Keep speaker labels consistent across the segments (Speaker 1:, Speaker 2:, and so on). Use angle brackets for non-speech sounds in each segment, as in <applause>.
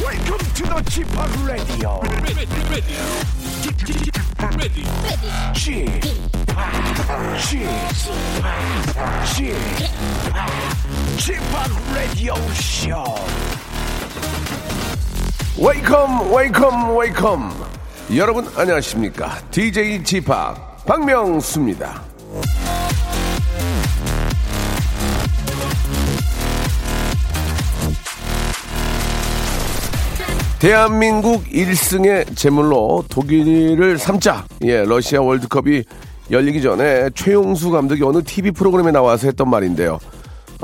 Speaker 1: Welcome to the g p o p Radio.
Speaker 2: ready, ready, ready,
Speaker 1: g p o p g p o p g p o p Radio Show.
Speaker 3: 웨이컴 웨이컴 웨이컴 여러분 안녕하십니까 DJ 지팍 박명수입니다 대한민국 1승의 제물로 독일을 삼자 예 러시아 월드컵이 열리기 전에 최용수 감독이 어느 TV 프로그램에 나와서 했던 말인데요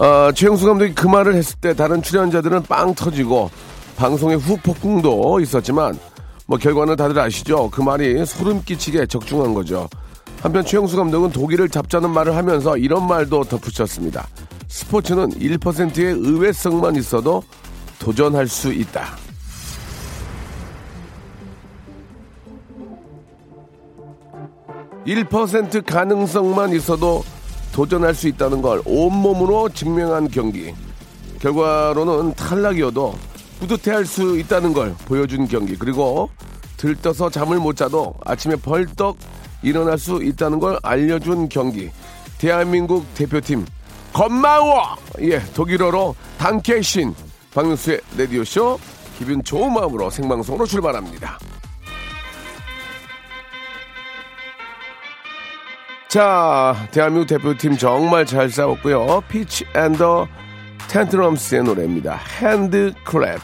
Speaker 3: 아, 최영수 감독이 그 말을 했을 때 다른 출연자들은 빵 터지고 방송에 후폭풍도 있었지만 뭐 결과는 다들 아시죠? 그 말이 소름 끼치게 적중한 거죠. 한편 최영수 감독은 독일을 잡자는 말을 하면서 이런 말도 덧붙였습니다. 스포츠는 1%의 의외성만 있어도 도전할 수 있다.1% 가능성만 있어도 도전할 수 있다는 걸 온몸으로 증명한 경기. 결과로는 탈락이어도 뿌듯해할 수 있다는 걸 보여준 경기. 그리고 들떠서 잠을 못 자도 아침에 벌떡 일어날 수 있다는 걸 알려준 경기. 대한민국 대표팀 건마워. 예, 독일어로 단케신 박명수의 레디오 쇼 기분 좋은 마음으로 생방송으로 출발합니다. 자, 대한민국 대표팀 정말 잘 싸웠고요. 피치 앤더 텐트럼스의 노래입니다. 핸드 클랩.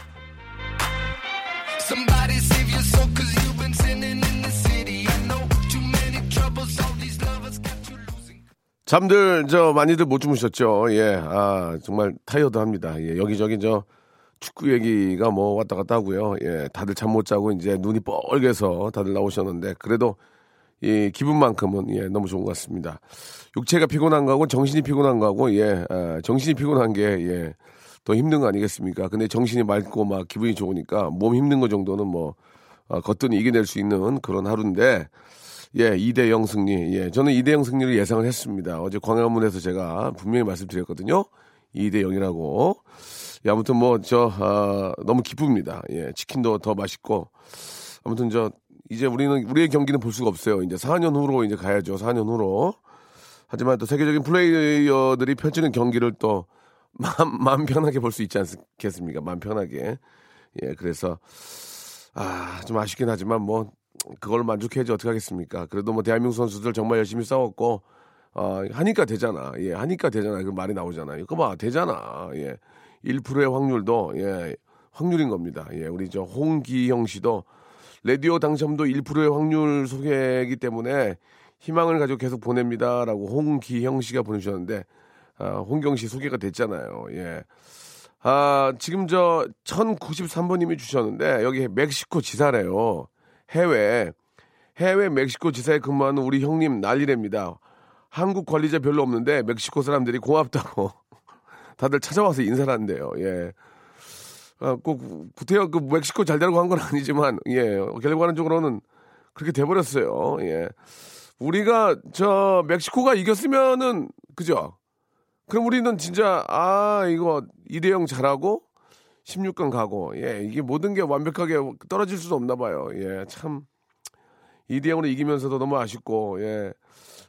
Speaker 4: Somebody save your soul, cause you've been sinning in the city. I know too many troubles, all these lovers got you losing.
Speaker 3: 잠들 저 많이들 못 주무셨죠? 예. 아, 정말 타이어드 합니다. 예. 여기저기 저 축구 얘기가 뭐 왔다 갔다 하고요. 예. 다들 잠 못 자고 이제 눈이 뻘개서 다들 나오셨는데 그래도 이 기분만큼은 예, 너무 좋은 것 같습니다. 육체가 피곤한 거하고 정신이 피곤한 거하고 예. 아, 정신이 피곤한 게 예. 더 힘든 거 아니겠습니까? 근데 정신이 맑고 막 기분이 좋으니까 몸 힘든 거 정도는 뭐 아, 거뜬히 이겨낼 수 있는 그런 하루인데 예, 2대 0 승리. 예, 저는 2대 0 승리를 예상을 했습니다. 어제 광화문에서 제가 분명히 말씀드렸거든요. 2대 0이라고. 예, 아무튼 뭐, 저, 아, 너무 기쁩니다. 예, 치킨도 더 맛있고. 아무튼 저, 이제 우리는, 우리의 경기는 볼 수가 없어요. 이제 4년 후로 이제 가야죠. 4년 후로. 하지만 또 세계적인 플레이어들이 펼치는 경기를 또 마음, <laughs> 마음 편하게 볼 수 있지 않겠습니까? 마음 편하게. 예, 그래서 아, 좀 아쉽긴 하지만 뭐 그걸 만족해야지 어떻게 하겠습니까? 그래도 뭐 대한민국 선수들 정말 열심히 싸웠고 어, 하니까 되잖아. 예, 하니까 되잖아. 그 말이 나오잖아요. 이거 봐, 되잖아. 예. 1%의 확률도 예, 확률인 겁니다. 예, 우리 저 홍기영 씨도 라디오 당첨도 1%의 확률 소개이기 때문에 희망을 가지고 계속 보냅니다라고 홍기형 씨가 보내주셨는데 아, 홍경 씨 소개가 됐잖아요. 예. 아, 지금 저 1093번님이 주셨는데 여기 멕시코 지사래요. 해외 해외 멕시코 지사에 근무하는 우리 형님 난리랍니다. 한국 관리자 별로 없는데 멕시코 사람들이 고맙다고 <laughs> 다들 찾아와서 인사를 한대요. 예. 아, 꼭 구태여 그 멕시코 잘 되라고 한 건 아니지만 예. 결과적으로는 그렇게 돼 버렸어요. 예. 우리가 저 멕시코가 이겼으면은 그죠? 그럼 우리는 진짜 아 이거 2대0 잘하고 16강 가고 예 이게 모든 게 완벽하게 떨어질 수도 없나 봐요 예참 2대0으로 이기면서도 너무 아쉽고 예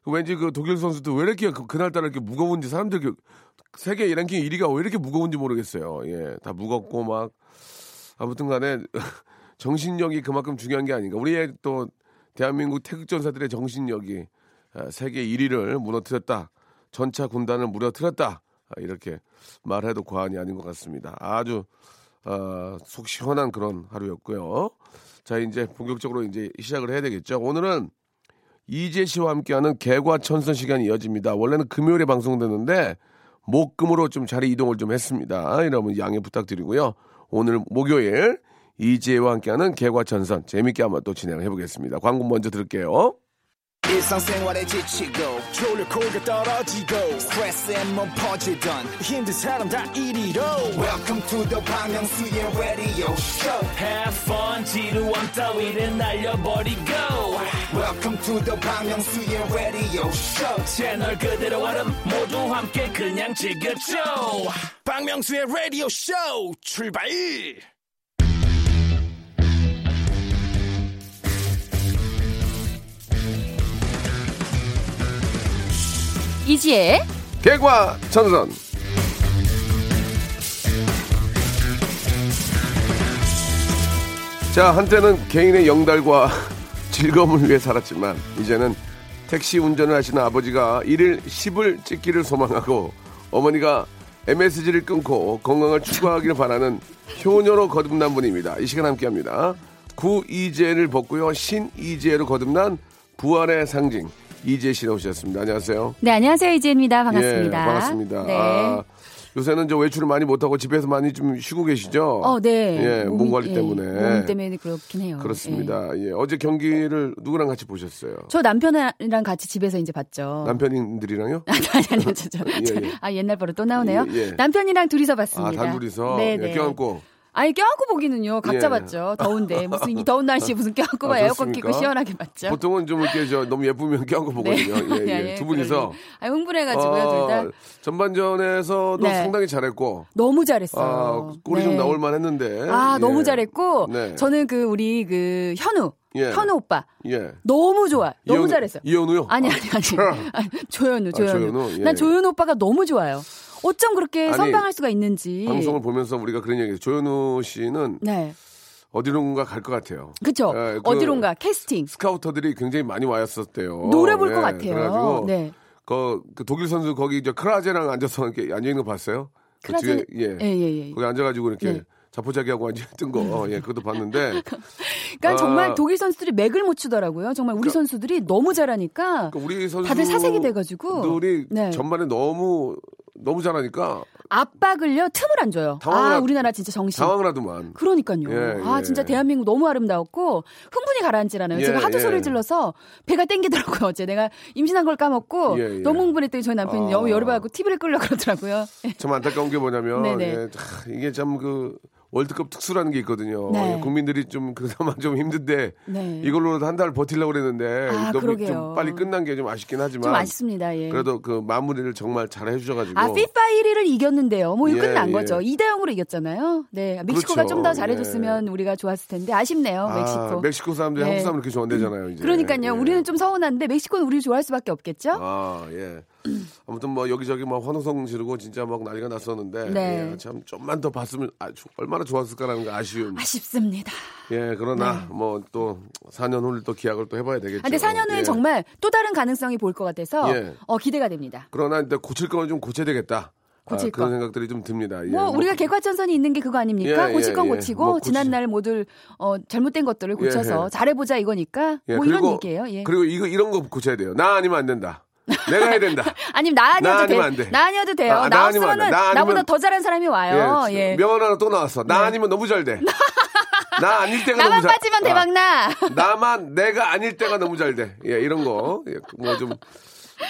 Speaker 3: 그 왠지 그 독일 선수도 왜 이렇게 그, 그날따라 이렇게 무거운지 사람들 그 세계 랭킹 1위가 왜 이렇게 무거운지 모르겠어요 예다 무겁고 막 아무튼간에 <laughs> 정신력이 그만큼 중요한 게 아닌가 우리의 또 대한민국 태극전사들의 정신력이 아, 세계 1위를 무너뜨렸다. 전차 군단을 무너뜨렸다. 아, 이렇게 말해도 과언이 아닌 것 같습니다. 아주 어, 속 시원한 그런 하루였고요. 자 이제 본격적으로 이제 시작을 해야 되겠죠. 오늘은 이재 씨와 함께하는 개과천선 시간이 이어집니다. 원래는 금요일에 방송되는데 목금으로 좀 자리 이동을 좀 했습니다. 여러분 양해 부탁드리고요. 오늘 목요일 이재와 함께하는 개과천선 재밌게 한번 또 진행을 해보겠습니다. 광고 먼저 들을게요.
Speaker 5: 일상생활에 지치고, 졸려 코가 떨어지고, 스트레스에 몸 퍼지던, 힘든 사람 다 이리로. oh. welcome to the Bang Myung-soo's radio show
Speaker 6: Have fun 지루함 따위를 날려버리고
Speaker 5: welcome to the Bang Myung-soo's radio show
Speaker 6: 채널 그대로 와름 모두 함께 그냥 즐겨줘
Speaker 5: 박명수의 라디오 쇼 출발
Speaker 7: 이지혜
Speaker 3: 개과 천선. 자, 한때는 개인의 영달과 <laughs> 즐거움을 위해 살았지만, 이제는 택시 운전을 하시는 아버지가 일일 10을 찍기를 소망하고, 어머니가 MSG를 끊고 건강을 추구하기를 바라는 효녀로 거듭난 분입니다. 이 시간 함께 합니다. 구이재를 벗고요, 신이재로 거듭난 부활의 상징, 이재 씨 나오셨습니다. 안녕하세요.
Speaker 7: 네 안녕하세요 이지혜입니다 반갑습니다
Speaker 3: 예, 반갑습니다.
Speaker 7: 네.
Speaker 3: 아, 요새는 저 외출을 많이 못하고 집에서 많이 좀 쉬고 계시죠?
Speaker 7: 어, 네.
Speaker 3: 예, 몸
Speaker 7: 몸이-
Speaker 3: 관리
Speaker 7: 예,
Speaker 3: 때문에.
Speaker 7: 몸 때문에 그렇긴 해요. 예.
Speaker 3: 그렇습니다. 예. 어제 경기를 누구랑 같이 보셨어요?
Speaker 7: 저 남편이랑 같이 집에서 이제 봤죠.
Speaker 3: 남편님들이랑요?
Speaker 7: <laughs> 아니, 아니, 아니, 저, 저, 저,
Speaker 3: <laughs> 예, 예.
Speaker 7: 아, 옛날 버릇 또 나오네요.
Speaker 3: 예, 예.
Speaker 7: 남편이랑 둘이서 봤습니다.
Speaker 3: 아, 단둘이서
Speaker 7: 네,
Speaker 3: 예,
Speaker 7: 네.
Speaker 3: 껴안고.
Speaker 7: 아니, 껴안고 보기는요. 각자
Speaker 3: 예.
Speaker 7: 봤죠.
Speaker 3: <laughs>
Speaker 7: 더운데. 무슨 이 더운 날씨에 무슨 껴안고 봐
Speaker 3: 아,
Speaker 7: 에어컨
Speaker 3: 그렇습니까?
Speaker 7: 끼고 시원하게 봤죠. <laughs> 네.
Speaker 3: 보통은 좀 이렇게 저 너무 예쁘면 껴안고 보거든요. 예, 예. 두 분이서.
Speaker 7: 아, 흥분해가지고요, 둘 다.
Speaker 3: 어, 전반전에서도
Speaker 7: 네.
Speaker 3: 상당히 잘했고,
Speaker 7: 너무 잘했어요.
Speaker 3: 아, 골이
Speaker 7: 네.
Speaker 3: 좀 나올만 했는데.
Speaker 7: 아,
Speaker 3: 예.
Speaker 7: 너무 잘했고.
Speaker 3: 네.
Speaker 7: 저는 그, 우리 그, 현우.
Speaker 3: 예.
Speaker 7: 현우 오빠.
Speaker 3: 예.
Speaker 7: 너무 좋아. 너무
Speaker 3: 이현우-
Speaker 7: 잘했어요.
Speaker 3: 이현우요?
Speaker 7: 아니 아니 <laughs> 아니. 아니 조현우 조현우.
Speaker 3: 조현우, 예.
Speaker 7: 난 조현우 오빠가 너무 좋아요. 어쩜 그렇게
Speaker 3: 아니,
Speaker 7: 선방할 수가 있는지.
Speaker 3: <laughs> 방송을 보면서 우리가 그런 얘기, 조현우 씨는
Speaker 7: 네.
Speaker 3: 어디론가 갈 것 같아요.
Speaker 7: 그쵸
Speaker 3: 예, 그
Speaker 7: 어디론가 캐스팅.
Speaker 3: 스카우터들이 굉장히 많이 와였었대요.
Speaker 7: 노래 볼
Speaker 3: 예,
Speaker 7: 것 같아요.
Speaker 3: 그래가지고
Speaker 7: 네.
Speaker 3: 그, 그 독일 선수 거기 이제 크라제랑 앉아서 이렇게 앉아 있는 거 봤어요? 그
Speaker 7: 크라제-
Speaker 3: 뒤에, 예.
Speaker 7: 예, 예, 예.
Speaker 3: 거기 앉아가지고 이렇게
Speaker 7: 네.
Speaker 3: 자포자기하고 앉아 있던 거, 예, 그것도 봤는데
Speaker 7: <laughs> 그러니까
Speaker 3: 아. 그러니까
Speaker 7: 정말 독일 선수들이 맥을 못 추더라고요. 정말 우리 선수들이 너무 잘하니까
Speaker 3: 그 우리 선수
Speaker 7: 다들 사색이 돼가지고
Speaker 3: 들이
Speaker 7: 네.
Speaker 3: 전반에 너무 너무 잘하니까
Speaker 7: 압박을요 틈을 안 줘요.
Speaker 3: 당황을
Speaker 7: 아
Speaker 3: 하-
Speaker 7: 우리나라 진짜 정신.
Speaker 3: 당황을 하더만.
Speaker 7: 그러니까요.
Speaker 3: 예,
Speaker 7: 아
Speaker 3: 예.
Speaker 7: 진짜 대한민국 너무 아름다웠고 흥분이 가라앉지않아요
Speaker 3: 예,
Speaker 7: 제가 하도
Speaker 3: 예.
Speaker 7: 소리를 질러서 배가 땡기더라고요. 어제 내가 임신한 걸 까먹고
Speaker 3: 예, 예.
Speaker 7: 너무 흥분했더니 저희 남편이
Speaker 3: 아.
Speaker 7: 너무 열이 받고 TV를 끌려 그러더라고요. 예.
Speaker 3: 참 안타까운 게 뭐냐면
Speaker 7: 네네.
Speaker 3: 예, 참 이게 참 그 월드컵 특수라는 게 있거든요.
Speaker 7: 네.
Speaker 3: 예, 국민들이 좀 그나마 좀 힘든데
Speaker 7: 네.
Speaker 3: 이걸로도 한 달 버틸려고 그랬는데
Speaker 7: 아,
Speaker 3: 너무
Speaker 7: 그러게요.
Speaker 3: 좀 빨리 끝난 게 좀 아쉽긴 하지만
Speaker 7: 좀 아쉽습니다. 예.
Speaker 3: 그래도 그 마무리를 정말 잘 해주셔가지고
Speaker 7: 아 피파 1위를 이겼는데요. 뭐 이거
Speaker 3: 예,
Speaker 7: 끝난
Speaker 3: 예.
Speaker 7: 거죠. 2대 0으로 이겼잖아요. 네 멕시코가
Speaker 3: 그렇죠.
Speaker 7: 좀 더 잘해줬으면 우리가 좋았을 텐데 아쉽네요. 멕시코.
Speaker 3: 멕시코 사람들이
Speaker 7: 네.
Speaker 3: 한국 사람 이렇게 좋아한대잖아요. 이제.
Speaker 7: 그러니까요.
Speaker 3: 예.
Speaker 7: 우리는 좀 서운한데 멕시코는 우리 좋아할 수밖에 없겠죠.
Speaker 3: 아 예. 아무튼 뭐 여기저기 막 환호성 지르고 진짜 막 난리가 났었는데
Speaker 7: 네.
Speaker 3: 예, 참 좀만 더 봤으면 아, 주- 얼마나 좋았을까라는 게 아쉬움.
Speaker 7: 아쉽습니다. 네.
Speaker 3: 예 그러나 뭐 또 4년 후를 또 기약을 또 해봐야 되겠죠.
Speaker 7: 아, 근데 4년 후에
Speaker 3: 예.
Speaker 7: 정말 또 다른 가능성이 보일 것 같아서
Speaker 3: 예.
Speaker 7: 어, 기대가 됩니다.
Speaker 3: 그러나 일단 고칠 거는 좀 고쳐야 되겠다.
Speaker 7: 고칠
Speaker 3: 아, 그런
Speaker 7: 거.
Speaker 3: 생각들이 좀 듭니다. 예.
Speaker 7: 뭐 우리가 개과천선이 있는 게 그거 아닙니까?
Speaker 3: 예,
Speaker 7: 고칠
Speaker 3: 예,
Speaker 7: 건
Speaker 3: 예.
Speaker 7: 고치고
Speaker 3: 뭐 고치지.
Speaker 7: 지난 날 모두 어, 잘못된 것들을 고쳐서
Speaker 3: 예, 예.
Speaker 7: 잘해보자 이거니까
Speaker 3: 예,
Speaker 7: 뭐
Speaker 3: 그리고,
Speaker 7: 이런 얘기예요. 예.
Speaker 3: 그리고 이거 이런 거 고쳐야 돼요. 나 아니면 안 된다. 내가 해야
Speaker 7: <laughs>
Speaker 3: 된다.
Speaker 7: 아니면 나
Speaker 3: 나
Speaker 7: 아니어도
Speaker 3: 아니면
Speaker 7: 돼요.
Speaker 3: 안 돼.
Speaker 7: 나 아니어도 돼요.
Speaker 3: 아,
Speaker 7: 나
Speaker 3: 나 아니면 안 돼.
Speaker 7: 없으면은
Speaker 3: 나 아니면-
Speaker 7: 나보다 더 잘한 사람이 와요.
Speaker 3: 예,
Speaker 7: 예.
Speaker 3: 명언 하나 또 나왔어. 나 아니면 너무 잘
Speaker 7: <laughs>
Speaker 3: 돼. 나 아닐 때가
Speaker 7: 나만
Speaker 3: 너무 잘.
Speaker 7: 빠지면
Speaker 3: 아,
Speaker 7: 대박 나. <laughs>
Speaker 3: 나만 내가 아닐 때가 너무 잘 돼. 예, 이런 거. 예, 뭐좀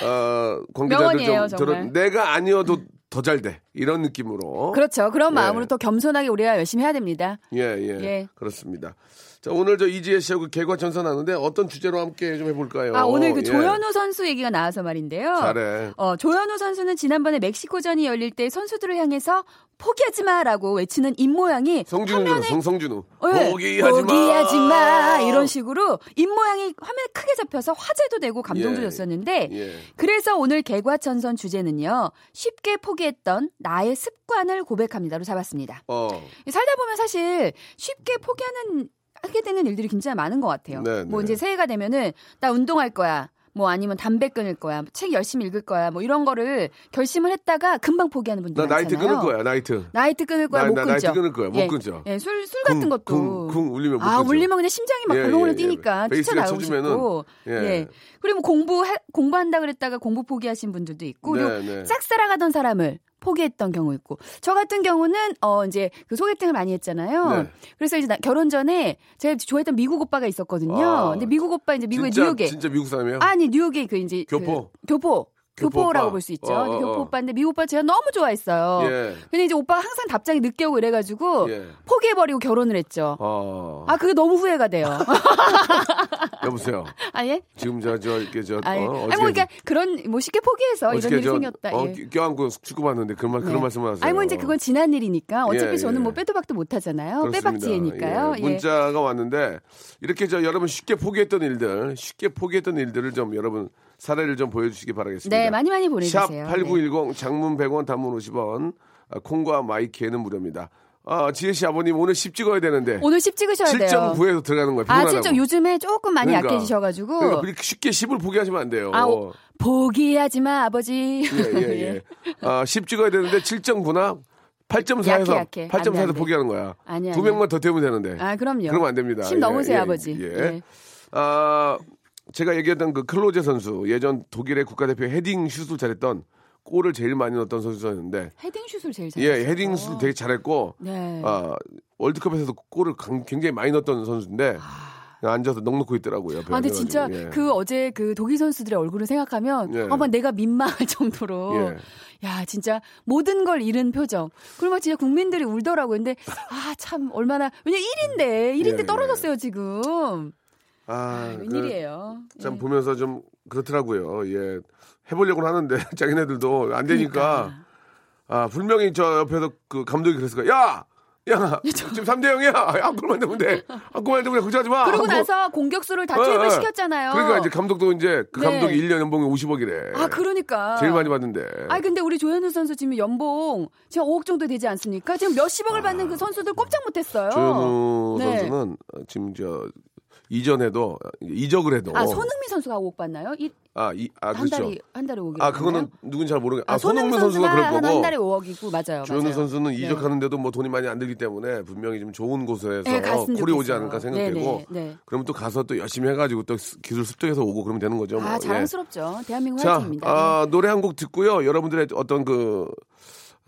Speaker 3: 어, 관계자들
Speaker 7: 명언이에요,
Speaker 3: 좀
Speaker 7: 정말.
Speaker 3: 들은 내가 아니어도 더 잘 돼. 이런 느낌으로.
Speaker 7: 그렇죠. 그런
Speaker 3: 예.
Speaker 7: 마음으로 또 겸손하게 우리가 열심히 해야 됩니다.
Speaker 3: 예, 예,
Speaker 7: 예.
Speaker 3: 그렇습니다. 자, 오늘 저 이지혜 씨하고 개과천선 하는데 어떤 주제로 함께 좀 해볼까요?
Speaker 7: 아, 오늘 그
Speaker 3: 예.
Speaker 7: 조현우 선수 얘기가 나와서 말인데요.
Speaker 3: 잘해.
Speaker 7: 어, 조현우 선수는 지난번에 멕시코전이 열릴 때 선수들을 향해서 포기하지 마라고 외치는 입모양이
Speaker 3: 성준우,
Speaker 7: 화면에
Speaker 3: 성, 성준우.
Speaker 7: 예,
Speaker 3: 포기하지 마.
Speaker 7: 포기하지 마. 이런 식으로 입모양이 화면에 크게 잡혀서 화제도 되고 감동도
Speaker 3: 예.
Speaker 7: 줬었는데
Speaker 3: 예.
Speaker 7: 그래서 오늘 개과천선 주제는요. 쉽게 포기했던 나의 습관을 고백합니다로 잡았습니다.
Speaker 3: 어,
Speaker 7: 살다 보면 사실 쉽게 포기하는 하게 되는 일들이 굉장히 많은 것 같아요.
Speaker 3: 네,
Speaker 7: 뭐
Speaker 3: 네.
Speaker 7: 이제 새해가 되면은 나 운동할 거야. 뭐 아니면 담배 끊을 거야. 뭐책 열심히 읽을 거야. 뭐 이런 거를 결심을 했다가 금방 포기하는 분들
Speaker 3: 나
Speaker 7: 많잖아요.
Speaker 3: 나이트 끊을 거야, 나이트.
Speaker 7: 나이트 끊을 거야
Speaker 3: 나-
Speaker 7: 못
Speaker 3: 나
Speaker 7: 끊죠.
Speaker 3: 나이트 끊을 거야, 못
Speaker 7: 예,
Speaker 3: 끊죠.
Speaker 7: 예, 술, 술 같은
Speaker 3: 쿵,
Speaker 7: 것도
Speaker 3: 쿵, 쿵 울리면 못
Speaker 7: 아
Speaker 3: 끊죠.
Speaker 7: 울리면 근데 심장이 막
Speaker 3: 예,
Speaker 7: 벌렁벌렁
Speaker 3: 예, 예.
Speaker 7: 뛰니까
Speaker 3: 베이스가
Speaker 7: 뛰쳐나오고
Speaker 3: 쳐지면은,
Speaker 7: 싶고
Speaker 3: 예.
Speaker 7: 예. 그리고 공부 해- 공부한다 그랬다가 공부 포기하신 분들도 있고
Speaker 3: 네,
Speaker 7: 그리고
Speaker 3: 네.
Speaker 7: 싹 살아가던 사람을 포기했던 경우 있고 저 같은 경우는 어 이제 그 소개팅을 많이 했잖아요.
Speaker 3: 네.
Speaker 7: 그래서 이제 나- 결혼 전에 제가 좋아했던 미국 오빠가 있었거든요.
Speaker 3: 아,
Speaker 7: 근데 미국 오빠 이제 미국의
Speaker 3: 진짜,
Speaker 7: 뉴욕에
Speaker 3: 진짜 미국 사람이에요?
Speaker 7: 아니 뉴욕의 그 이제 그
Speaker 3: 교포?
Speaker 7: 교포
Speaker 3: 교포
Speaker 7: 교포라고
Speaker 3: 오빠.
Speaker 7: 볼 수 있죠.
Speaker 3: 어,
Speaker 7: 근데
Speaker 3: 어,
Speaker 7: 교포
Speaker 3: 어.
Speaker 7: 오빠인데 미국 오빠 제가 너무 좋아했어요.
Speaker 3: 예.
Speaker 7: 근데 이제 오빠가 항상 답장이 늦게 오고 이래가지고
Speaker 3: 예.
Speaker 7: 포기해버리고 결혼을 했죠.
Speaker 3: 어,
Speaker 7: 아 그게 너무 후회가 돼요.
Speaker 3: 여보세요.
Speaker 7: <laughs> 아 예?
Speaker 3: 지금 저, 저, 이렇게 저,
Speaker 7: 아니,
Speaker 3: 어,
Speaker 7: 아니 뭐 그러니까 그런 뭐 쉽게 포기해서 이런
Speaker 3: 어저께
Speaker 7: 일이
Speaker 3: 저,
Speaker 7: 생겼다.
Speaker 3: 어,
Speaker 7: 예.
Speaker 3: 끼- 껴안고 축구 봤는데 그런 말, 그런
Speaker 7: 네.
Speaker 3: 말씀을 하세요.
Speaker 7: 아니 뭐 이제 그건 지난 일이니까 어차피
Speaker 3: 예,
Speaker 7: 저는 뭐
Speaker 3: 예.
Speaker 7: 빼도박도 못 하잖아요.
Speaker 3: 그렇습니다.
Speaker 7: 빼박지혜니까요.
Speaker 3: 예,
Speaker 7: 예.
Speaker 3: 문자가 왔는데 이렇게 저 여러분 쉽게 포기했던 일들, 쉽게 포기했던 일들을 좀 여러분 사례를 좀 보여주시기 바라겠습니다.
Speaker 7: 네, 많이 많이 보내주세요.
Speaker 3: 샵 8910 장문 100원 단문 50원 아, 콩과 마이키에는 무료입니다. 아, 지혜 씨 아버님 오늘 10 찍어야 되는데
Speaker 7: 오늘 10 찍으셔야 돼요.
Speaker 3: 7.9에서 들어가는 거예요.
Speaker 7: 아,
Speaker 3: 피곤하다고.
Speaker 7: 진짜 요즘에 조금 많이
Speaker 3: 그러니까.
Speaker 7: 약해지셔가지고.
Speaker 3: 그러니까 그렇게 쉽게 10을 포기하시면 안 돼요.
Speaker 7: 아, 오, 포기하지 마, 아버지.
Speaker 3: 예,
Speaker 7: <laughs>
Speaker 3: 예, 예. 아, 10 찍어야 되는데 7.9나 8.4에서
Speaker 7: 약해, 약해.
Speaker 3: 8.4에서
Speaker 7: 안 돼, 안 돼.
Speaker 3: 포기하는 거야.
Speaker 7: 아니,
Speaker 3: 두
Speaker 7: 아니.
Speaker 3: 명만 더 태우면 되는데.
Speaker 7: 아, 그럼요.
Speaker 3: 그러면 안 됩니다.
Speaker 7: 10
Speaker 3: 예,
Speaker 7: 넘으세요,
Speaker 3: 예,
Speaker 7: 아버지.
Speaker 3: 예.
Speaker 7: 예.
Speaker 3: 아, 제가 얘기했던 그 클로제 선수 예전 독일의 국가대표 헤딩 슛을 잘했던 골을 제일 많이 넣었던 선수였는데
Speaker 7: 헤딩 슛을 제일 잘.
Speaker 3: 예, 헤딩 슛을 되게 잘했고
Speaker 7: 네.
Speaker 3: 아, 월드컵에서도 골을 강- 굉장히 많이 넣었던 선수인데 앉아서 넋 놓고 있더라고요.
Speaker 7: 아, 근데 진짜
Speaker 3: 예.
Speaker 7: 그 어제 그 독일 선수들의 얼굴을 생각하면
Speaker 3: 예.
Speaker 7: 아마 내가 민망할 정도로 야 진짜 모든 걸 잃은 표정. 그러면 진짜 국민들이 울더라고요. 근데 아 참 얼마나 왜냐 1인데 1인데
Speaker 3: 예,
Speaker 7: 떨어졌어요 지금.
Speaker 3: 아,
Speaker 7: 아,
Speaker 3: 그
Speaker 7: 웬일이에요.
Speaker 3: 참
Speaker 7: 예.
Speaker 3: 보면서 좀 그렇더라고요. 예. 해보려고는 하는데 <laughs> 자기네들도 안 되니까 아 분명히 저 옆에서 그 감독이 그랬을 거야. 야,
Speaker 7: <laughs>
Speaker 3: 야, 지금 3대 0이야. 안골만 되면 돼. 안골만 되면 돼. 걱정하지 마.
Speaker 7: 그러고
Speaker 3: 하고.
Speaker 7: 나서 공격수를 다
Speaker 3: 어, 어.
Speaker 7: 퇴임을 시켰잖아요.
Speaker 3: 그러니까 이제 감독도 이제 그
Speaker 7: 네.
Speaker 3: 감독이 1년 연봉이 50억이래.
Speaker 7: 아 그러니까.
Speaker 3: 제일 많이 받는데.
Speaker 7: 아니 근데 우리 조현우 선수 지금 연봉 지금 5억 정도 되지 않습니까? 지금 몇십억을 받는 그 선수들 꼼짝 못했어요.
Speaker 3: 아. 조현우
Speaker 7: 네.
Speaker 3: 선수는 지금 저 이전에도 이적을 해도
Speaker 7: 아 손흥민 선수가 5억 받나요? 일-
Speaker 3: 아, 이, 아
Speaker 7: 한
Speaker 3: 그렇죠.
Speaker 7: 달에 한 달에 5억이.
Speaker 3: 아 그거는 누군지 잘 모르겠. 아 손흥민 선수가 그럴 거고.
Speaker 7: 한 달에 5억이고 맞아요.
Speaker 3: 주현우
Speaker 7: 맞아요.
Speaker 3: 선수는
Speaker 7: 네.
Speaker 3: 이적하는데도 뭐 돈이 많이 안 들기 때문에 분명히 좀 좋은 곳에서
Speaker 7: 네, 갔으면
Speaker 3: 콜이 오지
Speaker 7: 좋겠어요.
Speaker 3: 않을까 생각되고
Speaker 7: 네, 네, 네.
Speaker 3: 그러면 또 가서 또 열심히 해가지고 또 스- 기술 습득해서 오고 그러면 되는 거죠. 뭐.
Speaker 7: 아
Speaker 3: 예.
Speaker 7: 자랑스럽죠. 대한민국
Speaker 3: 자,
Speaker 7: 화이팅입니다. 네.
Speaker 3: 아, 노래 한 곡 듣고요. 여러분들의 어떤 그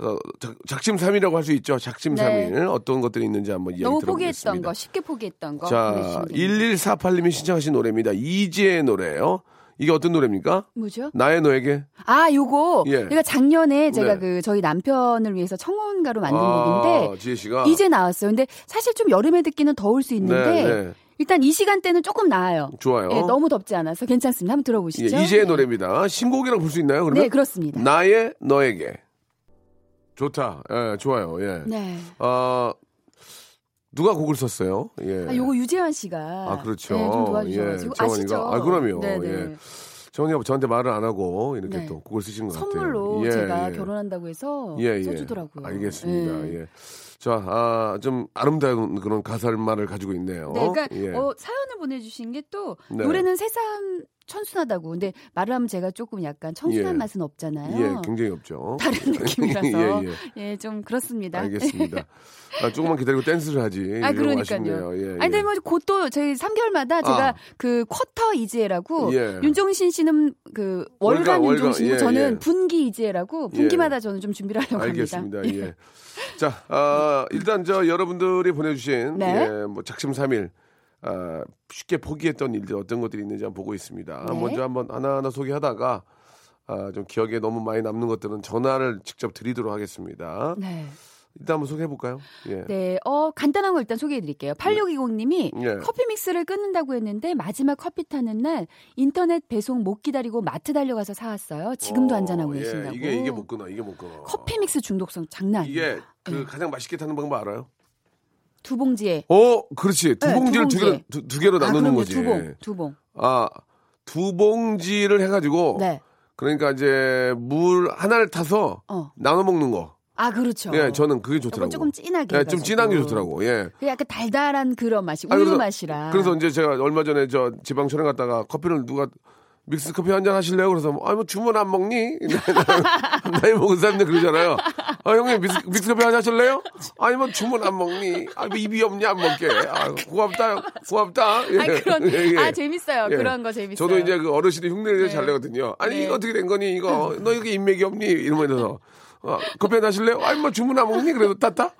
Speaker 3: 어, 작, 심삼이라고 할 수 있죠. 작심삼일 어떤 것들이 있는지 한번 이야기
Speaker 7: 네. 너무
Speaker 3: 들어보겠습니다.
Speaker 7: 포기했던 거, 쉽게 포기했던 거. 네,
Speaker 3: 자,
Speaker 7: 보내주시면 됩니다.
Speaker 3: 1148님이 신청하신 노래입니다. 이지의 노래예요. 이게 어떤 노래입니까?
Speaker 7: 뭐죠?
Speaker 3: 나의 너에게.
Speaker 7: 아, 요거
Speaker 3: 예.
Speaker 7: 제가 작년에 제가
Speaker 3: 네.
Speaker 7: 그 저희 남편을 위해서 청혼가로 만든
Speaker 3: 아,
Speaker 7: 곡인데
Speaker 3: 지혜 씨가
Speaker 7: 이제 나왔어요. 근데 사실 좀 여름에 듣기는 더울 수 있는데
Speaker 3: 네, 네.
Speaker 7: 일단 이 시간대는 조금 나아요.
Speaker 3: 좋아요.
Speaker 7: 예, 너무 덥지 않아서 괜찮습니다. 한번
Speaker 3: 예,
Speaker 7: 들어보시죠.
Speaker 3: 이지의
Speaker 7: 네.
Speaker 3: 노래입니다. 신곡이라고 볼 수 있나요? 그러면?
Speaker 7: 네, 그렇습니다.
Speaker 3: 나의 너에게. 좋다. 예, 좋아요. 예.
Speaker 7: 네.
Speaker 3: 아, 누가 곡을 썼어요? 예.
Speaker 7: 아, 요거 유재환 씨가
Speaker 3: 아, 그렇죠.
Speaker 7: 네, 좀 도와주셔가지고
Speaker 3: 예, 정원이가.
Speaker 7: 아시죠?
Speaker 3: 아, 그럼요.
Speaker 7: 네네.
Speaker 3: 예. 정원이가 저한테 말을 안 하고 이렇게
Speaker 7: 네.
Speaker 3: 또 곡을 쓰신 것
Speaker 7: 선물로
Speaker 3: 같아요. 예,
Speaker 7: 제가
Speaker 3: 예.
Speaker 7: 결혼한다고 해서
Speaker 3: 예, 예.
Speaker 7: 어, 써주더라고요.
Speaker 3: 알겠습니다.
Speaker 7: 예.
Speaker 3: 예. 자, 아, 좀 아름다운 그런 가사 말을 가지고 있네요.
Speaker 7: 네, 그러니까
Speaker 3: 예.
Speaker 7: 어, 사연을 보내주신 게 또
Speaker 3: 네.
Speaker 7: 노래는 새삼 천순하다고. 근데 말을 하면 제가 조금 약간 천순한
Speaker 3: 예.
Speaker 7: 맛은 없잖아요.
Speaker 3: 예, 굉장히 없죠. <laughs>
Speaker 7: 다른 느낌이라서
Speaker 3: 예, 예.
Speaker 7: 예, 좀 그렇습니다.
Speaker 3: 알겠습니다. 아, 조금만 기다리고 댄스를 하지.
Speaker 7: <laughs> 아,
Speaker 3: 이거
Speaker 7: 그러니까요.
Speaker 3: 아쉽네요. 예,
Speaker 7: 아니,
Speaker 3: 예.
Speaker 7: 근데 뭐, 곧또 저희 3개월마다 제가
Speaker 3: 아.
Speaker 7: 그 쿼터 이지혜라고
Speaker 3: 예.
Speaker 7: 윤종신 씨는 그
Speaker 3: 월간,
Speaker 7: 월간
Speaker 3: 월간.
Speaker 7: 윤종신이고
Speaker 3: 예,
Speaker 7: 저는
Speaker 3: 예.
Speaker 7: 분기 이지혜라고 분기마다 저는 좀 준비를 하려고
Speaker 3: 알겠습니다.
Speaker 7: 합니다.
Speaker 3: 예. 자, 아, 일단 저 여러분들이 보내주신
Speaker 7: 네.
Speaker 3: 예, 뭐 작심삼일 아, 쉽게 포기했던 일들 어떤 것들이 있는지 한번 보고 있습니다.
Speaker 7: 네.
Speaker 3: 먼저 한번 하나하나 소개하다가 아, 좀 기억에 너무 많이 남는 것들은 전화를 직접 드리도록 하겠습니다.
Speaker 7: 네.
Speaker 3: 일단 한번 소개해 볼까요? 예.
Speaker 7: 네, 어, 간단한 거 일단 소개해 드릴게요. 8620님이
Speaker 3: 예.
Speaker 7: 커피 믹스를 끊는다고 했는데 마지막 커피 타는 날 인터넷 배송 못 기다리고 마트 달려가서 사왔어요. 지금도
Speaker 3: 어,
Speaker 7: 한잔하고
Speaker 3: 예,
Speaker 7: 계신다고.
Speaker 3: 이게 이게 못 끊어, 이게 못 끊어.
Speaker 7: 커피 믹스 중독성 장난 아니에요. 네.
Speaker 3: 이게 그 가장 맛있게 타는 방법 알아요?
Speaker 7: 두 봉지에.
Speaker 3: 어, 그렇지. 두
Speaker 7: 네, 두
Speaker 3: 봉지를 두,
Speaker 7: 봉지에.
Speaker 3: 개로, 두, 두 개로
Speaker 7: 아,
Speaker 3: 나누는
Speaker 7: 그럼요.
Speaker 3: 거지.
Speaker 7: 두 봉, 두 봉.
Speaker 3: 아, 두 봉지를 해가지고
Speaker 7: 네.
Speaker 3: 그러니까 이제 물 하나를 타서
Speaker 7: 어.
Speaker 3: 나눠 먹는 거.
Speaker 7: 아, 그렇죠.
Speaker 3: 예, 저는 그게 좋더라고.
Speaker 7: 요거 조금 진하게.
Speaker 3: 예, 좀
Speaker 7: 해가지고.
Speaker 3: 진한 게 좋더라고. 예.
Speaker 7: 그 약간 달달한 그런 맛이
Speaker 3: 아니,
Speaker 7: 우유
Speaker 3: 그래서-
Speaker 7: 맛이라.
Speaker 3: 그래서 이제 제가 얼마 전에 저 지방 촬영 갔다가 커피를 누가 믹스 커피 한 잔 하실래요? 그래서 아, 뭐 주문 안 먹니? <laughs> 나이 먹은 사람들 그러잖아요. 아, 형님 믹스, 믹스 커피 한 잔 하실래요? 아니 뭐 주문 안 먹니? 아, 뭐 입이 없냐 안 먹게. 아, 고맙다, 고맙다. 예.
Speaker 7: 아, 그런
Speaker 3: <laughs> 예, 예.
Speaker 7: 아 재밌어요.
Speaker 3: 예.
Speaker 7: 그런 거 재밌어요.
Speaker 3: 저도 이제 그 어르신이 흉내를 잘 내거든요. 아니
Speaker 7: 네.
Speaker 3: 이거 어떻게 된 거니? 이거 너 이게 인맥이 없니? 이러면서 어, 커피 한 잔 하실래요? 아니 뭐 주문 안 먹니? 그래도 땄다.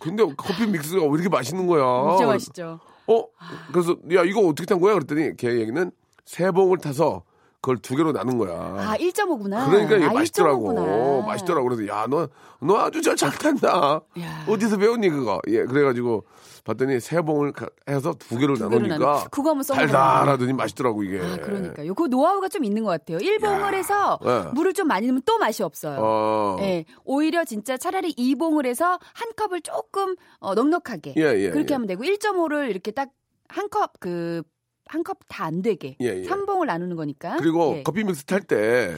Speaker 3: 근데 커피 믹스가 왜 이렇게 맛있는 거야?
Speaker 7: 진짜 맛있죠.
Speaker 3: 어? 그래서 야 이거 어떻게 탄 거야? 그랬더니 걔 얘기는 세 봉을 타서 그걸 두 개로 나눈 거야.
Speaker 7: 아, 1.5구나.
Speaker 3: 어. 그러니까 이게
Speaker 7: 아,
Speaker 3: 맛있더라고.
Speaker 7: 1.5구나.
Speaker 3: 맛있더라고. 그래서 야, 너, 너 아주 저 잘 탄다.
Speaker 7: 야.
Speaker 3: 어디서 배웠니 그거? 예, 그래가지고 봤더니 세 봉을 가- 해서 두 개를
Speaker 7: 두 개로
Speaker 3: 나누니까
Speaker 7: 나누- 그거 한번 써먹어봐.
Speaker 3: 달달하더니 맛있더라고 이게.
Speaker 7: 아, 그러니까 요거 노하우가 좀 있는 것 같아요. 일봉을 해서
Speaker 3: 예.
Speaker 7: 물을 좀 많이 넣으면 또 맛이 없어요.
Speaker 3: 어.
Speaker 7: 예, 오히려 진짜 차라리 2봉을 해서 한 컵을 조금 어, 넉넉하게
Speaker 3: 예, 예,
Speaker 7: 그렇게
Speaker 3: 예.
Speaker 7: 하면 되고 1.5를 이렇게 딱 한 컵 그 한 한 컵 다 안 되게
Speaker 3: 예, 예.
Speaker 7: 삼 3봉을 나누는 거니까.
Speaker 3: 그리고
Speaker 7: 예.
Speaker 3: 커피 믹스 탈 때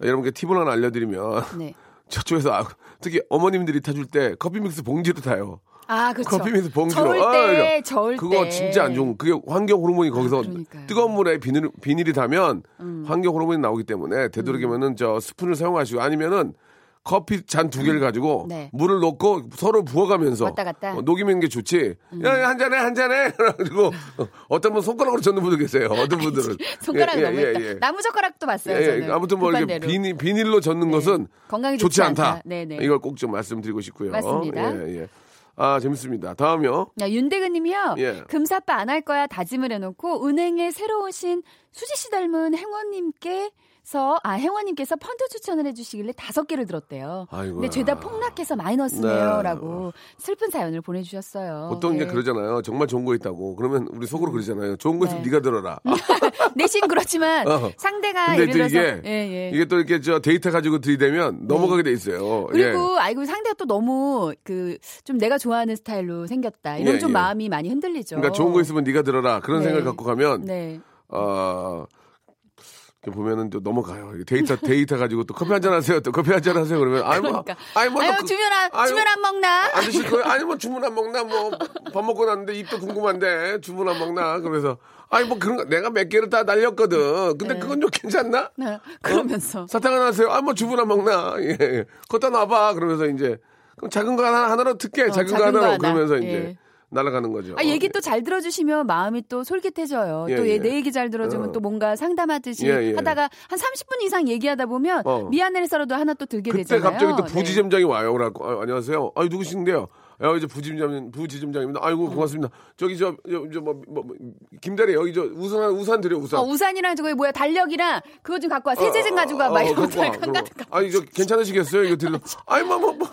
Speaker 3: 여러분께 팁을 하나 알려드리면 <laughs>
Speaker 7: 네.
Speaker 3: 저쪽에서 아, 특히 어머님들이 타줄 때 커피 믹스 봉지로 타요.
Speaker 7: 아, 그렇죠.
Speaker 3: 커피 믹스 봉지로.
Speaker 7: 저을
Speaker 3: 아,
Speaker 7: 때,
Speaker 3: 그러니까
Speaker 7: 저을 때.
Speaker 3: 그거 진짜 안 좋은. 그게 환경 호르몬이 거기서
Speaker 7: 그러니까요. 음.
Speaker 3: 뜨거운 물에 비닐, 비닐이 닿으면 환경 호르몬이 나오기 때문에 되도록이면은 저 스푼을 사용하시고 아니면은 커피 잔 두 개를 가지고
Speaker 7: 네.
Speaker 3: 물을 넣고 서로 부어가면서
Speaker 7: 왔다 갔다? 음.
Speaker 3: 어, 녹이는 게 좋지. 야, 한 잔해, 한 잔해. <laughs>
Speaker 7: <laughs>
Speaker 3: 그리고 어떤 분 손가락으로 젓는 분도 계세요. 어떤 분들은 <laughs>
Speaker 7: 손가락
Speaker 3: 예,
Speaker 7: 너무 했다.
Speaker 3: 예, 예.
Speaker 7: 나무젓가락도 봤어요.
Speaker 3: 예, 예.
Speaker 7: 저는.
Speaker 3: 아무튼 뭐 이렇게
Speaker 7: 불판대로. 네.
Speaker 3: 비닐, 비닐로 젓는 것은
Speaker 7: 건강에
Speaker 3: 좋지
Speaker 7: 좋지 않다.
Speaker 3: 않다.
Speaker 7: 네네.
Speaker 3: 이걸 꼭 좀 말씀드리고 싶고요.
Speaker 7: 맞습니다.
Speaker 3: 예, 예. 아 재밌습니다. 다음요.
Speaker 7: 야, 윤대근님이요.
Speaker 3: 예.
Speaker 7: 금사빠 안 할 거야 다짐을 해놓고 은행에 새로 오신 수지 씨 닮은 행원님께서 아 행원님께서 펀드 추천을 해주시길래 다섯 개를 들었대요.
Speaker 3: 아이고야.
Speaker 7: 근데 죄다 폭락해서 마이너스네요라고 슬픈 사연을 보내주셨어요.
Speaker 3: 보통 이제
Speaker 7: 예.
Speaker 3: 그러잖아요. 정말 좋은 거 있다고. 그러면 우리 속으로 그러잖아요. 좋은 거 있으면
Speaker 7: 네.
Speaker 3: 네. 가 들어라.
Speaker 7: <laughs> 내심 그렇지만
Speaker 3: 어.
Speaker 7: 상대가
Speaker 3: <laughs> 근데
Speaker 7: 예를
Speaker 3: 또
Speaker 7: 들어서
Speaker 3: 이게
Speaker 7: 예, 예.
Speaker 3: 이게 또 이렇게 저 데이터 가지고 들이대면 넘어가게 돼 있어요. 예.
Speaker 7: 그리고 아이고 상대가 또 너무 그 좀 내가 좋아하는 스타일로 생겼다 이런
Speaker 3: 예,
Speaker 7: 좀
Speaker 3: 예.
Speaker 7: 마음이 많이 흔들리죠.
Speaker 3: 그러니까 좋은 거 있으면 네가 들어라. 그런
Speaker 7: 네.
Speaker 3: 생각 갖고 가면
Speaker 7: 네.
Speaker 3: 어, 이렇게 보면은 또 넘어가요. 이게 데이터 데이터 가지고 또 커피 한 잔 하세요. 또 커피 한 잔 하세요. 그러면 아이 뭐
Speaker 7: 그러니까
Speaker 3: 아이 뭐
Speaker 7: 아유
Speaker 3: 또 그-
Speaker 7: 주면 안
Speaker 3: 아유,
Speaker 7: 주면 안 먹나?
Speaker 3: 안 드실 거예요? 아니 뭐 주문 안 먹나 뭐 밥 먹고 났는데 입도 궁금한데 주문 안 먹나 그러면서 아니 뭐 그런 거 내가 몇 개를 다 날렸거든 근데 그건 좀 괜찮나?
Speaker 7: <laughs> 네, 그러면서
Speaker 3: 사탕 하나 하세요? 아니 뭐 주문 안 먹나? 예, 예. 그것도 놔봐 그러면서 이제 그럼 작은 거 하나 하나로 듣게 작은 거
Speaker 7: 어, 작은 거
Speaker 3: 하나로
Speaker 7: 하나.
Speaker 3: 그러면서
Speaker 7: 예.
Speaker 3: 이제 날아가는 거죠. 어,
Speaker 7: 아, 얘기 또 잘 들어주시면 마음이 또 솔깃해져요.
Speaker 3: 예,
Speaker 7: 또 얘
Speaker 3: 예.
Speaker 7: 내 얘기 잘 들어주면
Speaker 3: 어.
Speaker 7: 또 뭔가 상담하듯이
Speaker 3: 예, 예.
Speaker 7: 하다가 한 30분 이상 얘기하다 보면
Speaker 3: 어.
Speaker 7: 미안해서라도 하나 또 들게
Speaker 3: 예. 그때
Speaker 7: 되잖아요.
Speaker 3: 갑자기 또
Speaker 7: 네.
Speaker 3: 부지점장이 와요. 그래갖고 아, 안녕하세요. 아 누구신데요? 아 이제 부지점 부지점장입니다.
Speaker 7: 어.
Speaker 3: 아이고 고맙습니다. 저기 저저뭐 뭐, 뭐, 김다리 여기 저 우산 우산 드려 우산.
Speaker 7: 어, 우산이랑 저거 뭐야 달력이랑 그거 좀 갖고 와 세제증 가지고 와
Speaker 3: 아,
Speaker 7: 막
Speaker 3: 아,
Speaker 7: 이런
Speaker 3: 갖고 와,
Speaker 7: 거
Speaker 3: 그럼. 아니 저 괜찮으시겠어요? 이거 들려. 아니 뭐 뭐 뭐,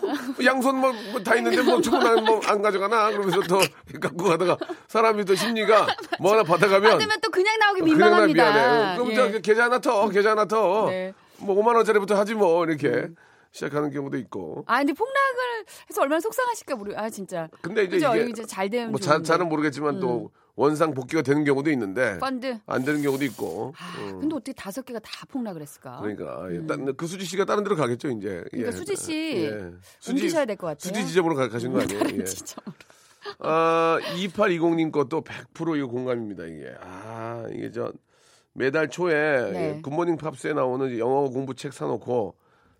Speaker 3: 양손 뭐 다 있는데 뭐 주고 난뭐안 가져가나 그러면서 또 갖고 가다가 사람이 또 심리가 뭐 하나 받아가면
Speaker 7: 받으면 또 그냥 나오기
Speaker 3: 어, 그래, 나
Speaker 7: 민망합니다.
Speaker 3: 미안해. 그럼
Speaker 7: 예.
Speaker 3: 저 계좌 하나 터 계좌 하나 터.
Speaker 7: 네.
Speaker 3: 뭐 5만 원짜리부터 하지 뭐 이렇게 시작하는 경우도 있고.
Speaker 7: 아 근데 폭락을 해서 얼마나 속상하실까 모르. 아 진짜.
Speaker 3: 근데 이제
Speaker 7: 그죠?
Speaker 3: 이게
Speaker 7: 이제 네. 잘 되면
Speaker 3: 뭐 자,
Speaker 7: 좋은데.
Speaker 3: 잘은 모르겠지만 또 원상 복귀가 되는 경우도 있는데
Speaker 7: 펀드.
Speaker 3: 안 되는 경우도 있고.
Speaker 7: 아,
Speaker 3: 음,
Speaker 7: 근데 어떻게 다섯 개가 다 폭락을 했을까?
Speaker 3: 그러니까 예, 딴- 그 수지 씨가 다른 데로 가겠죠 이제.
Speaker 7: 어? 음.
Speaker 3: 예.
Speaker 7: 그러니까 수지 씨 옮기셔야 될것 같아요.
Speaker 3: 수지 지점으로 가, 가신 거 아니에요?
Speaker 7: 다른
Speaker 3: 예.
Speaker 7: 지점으로.
Speaker 3: 아 2820님 것도 100% 이거 공감입니다 이게. 아 이게 저 매달 초에
Speaker 7: 네.
Speaker 3: 예, 굿모닝 팝스에 나오는 이제 영어 공부 책 사놓고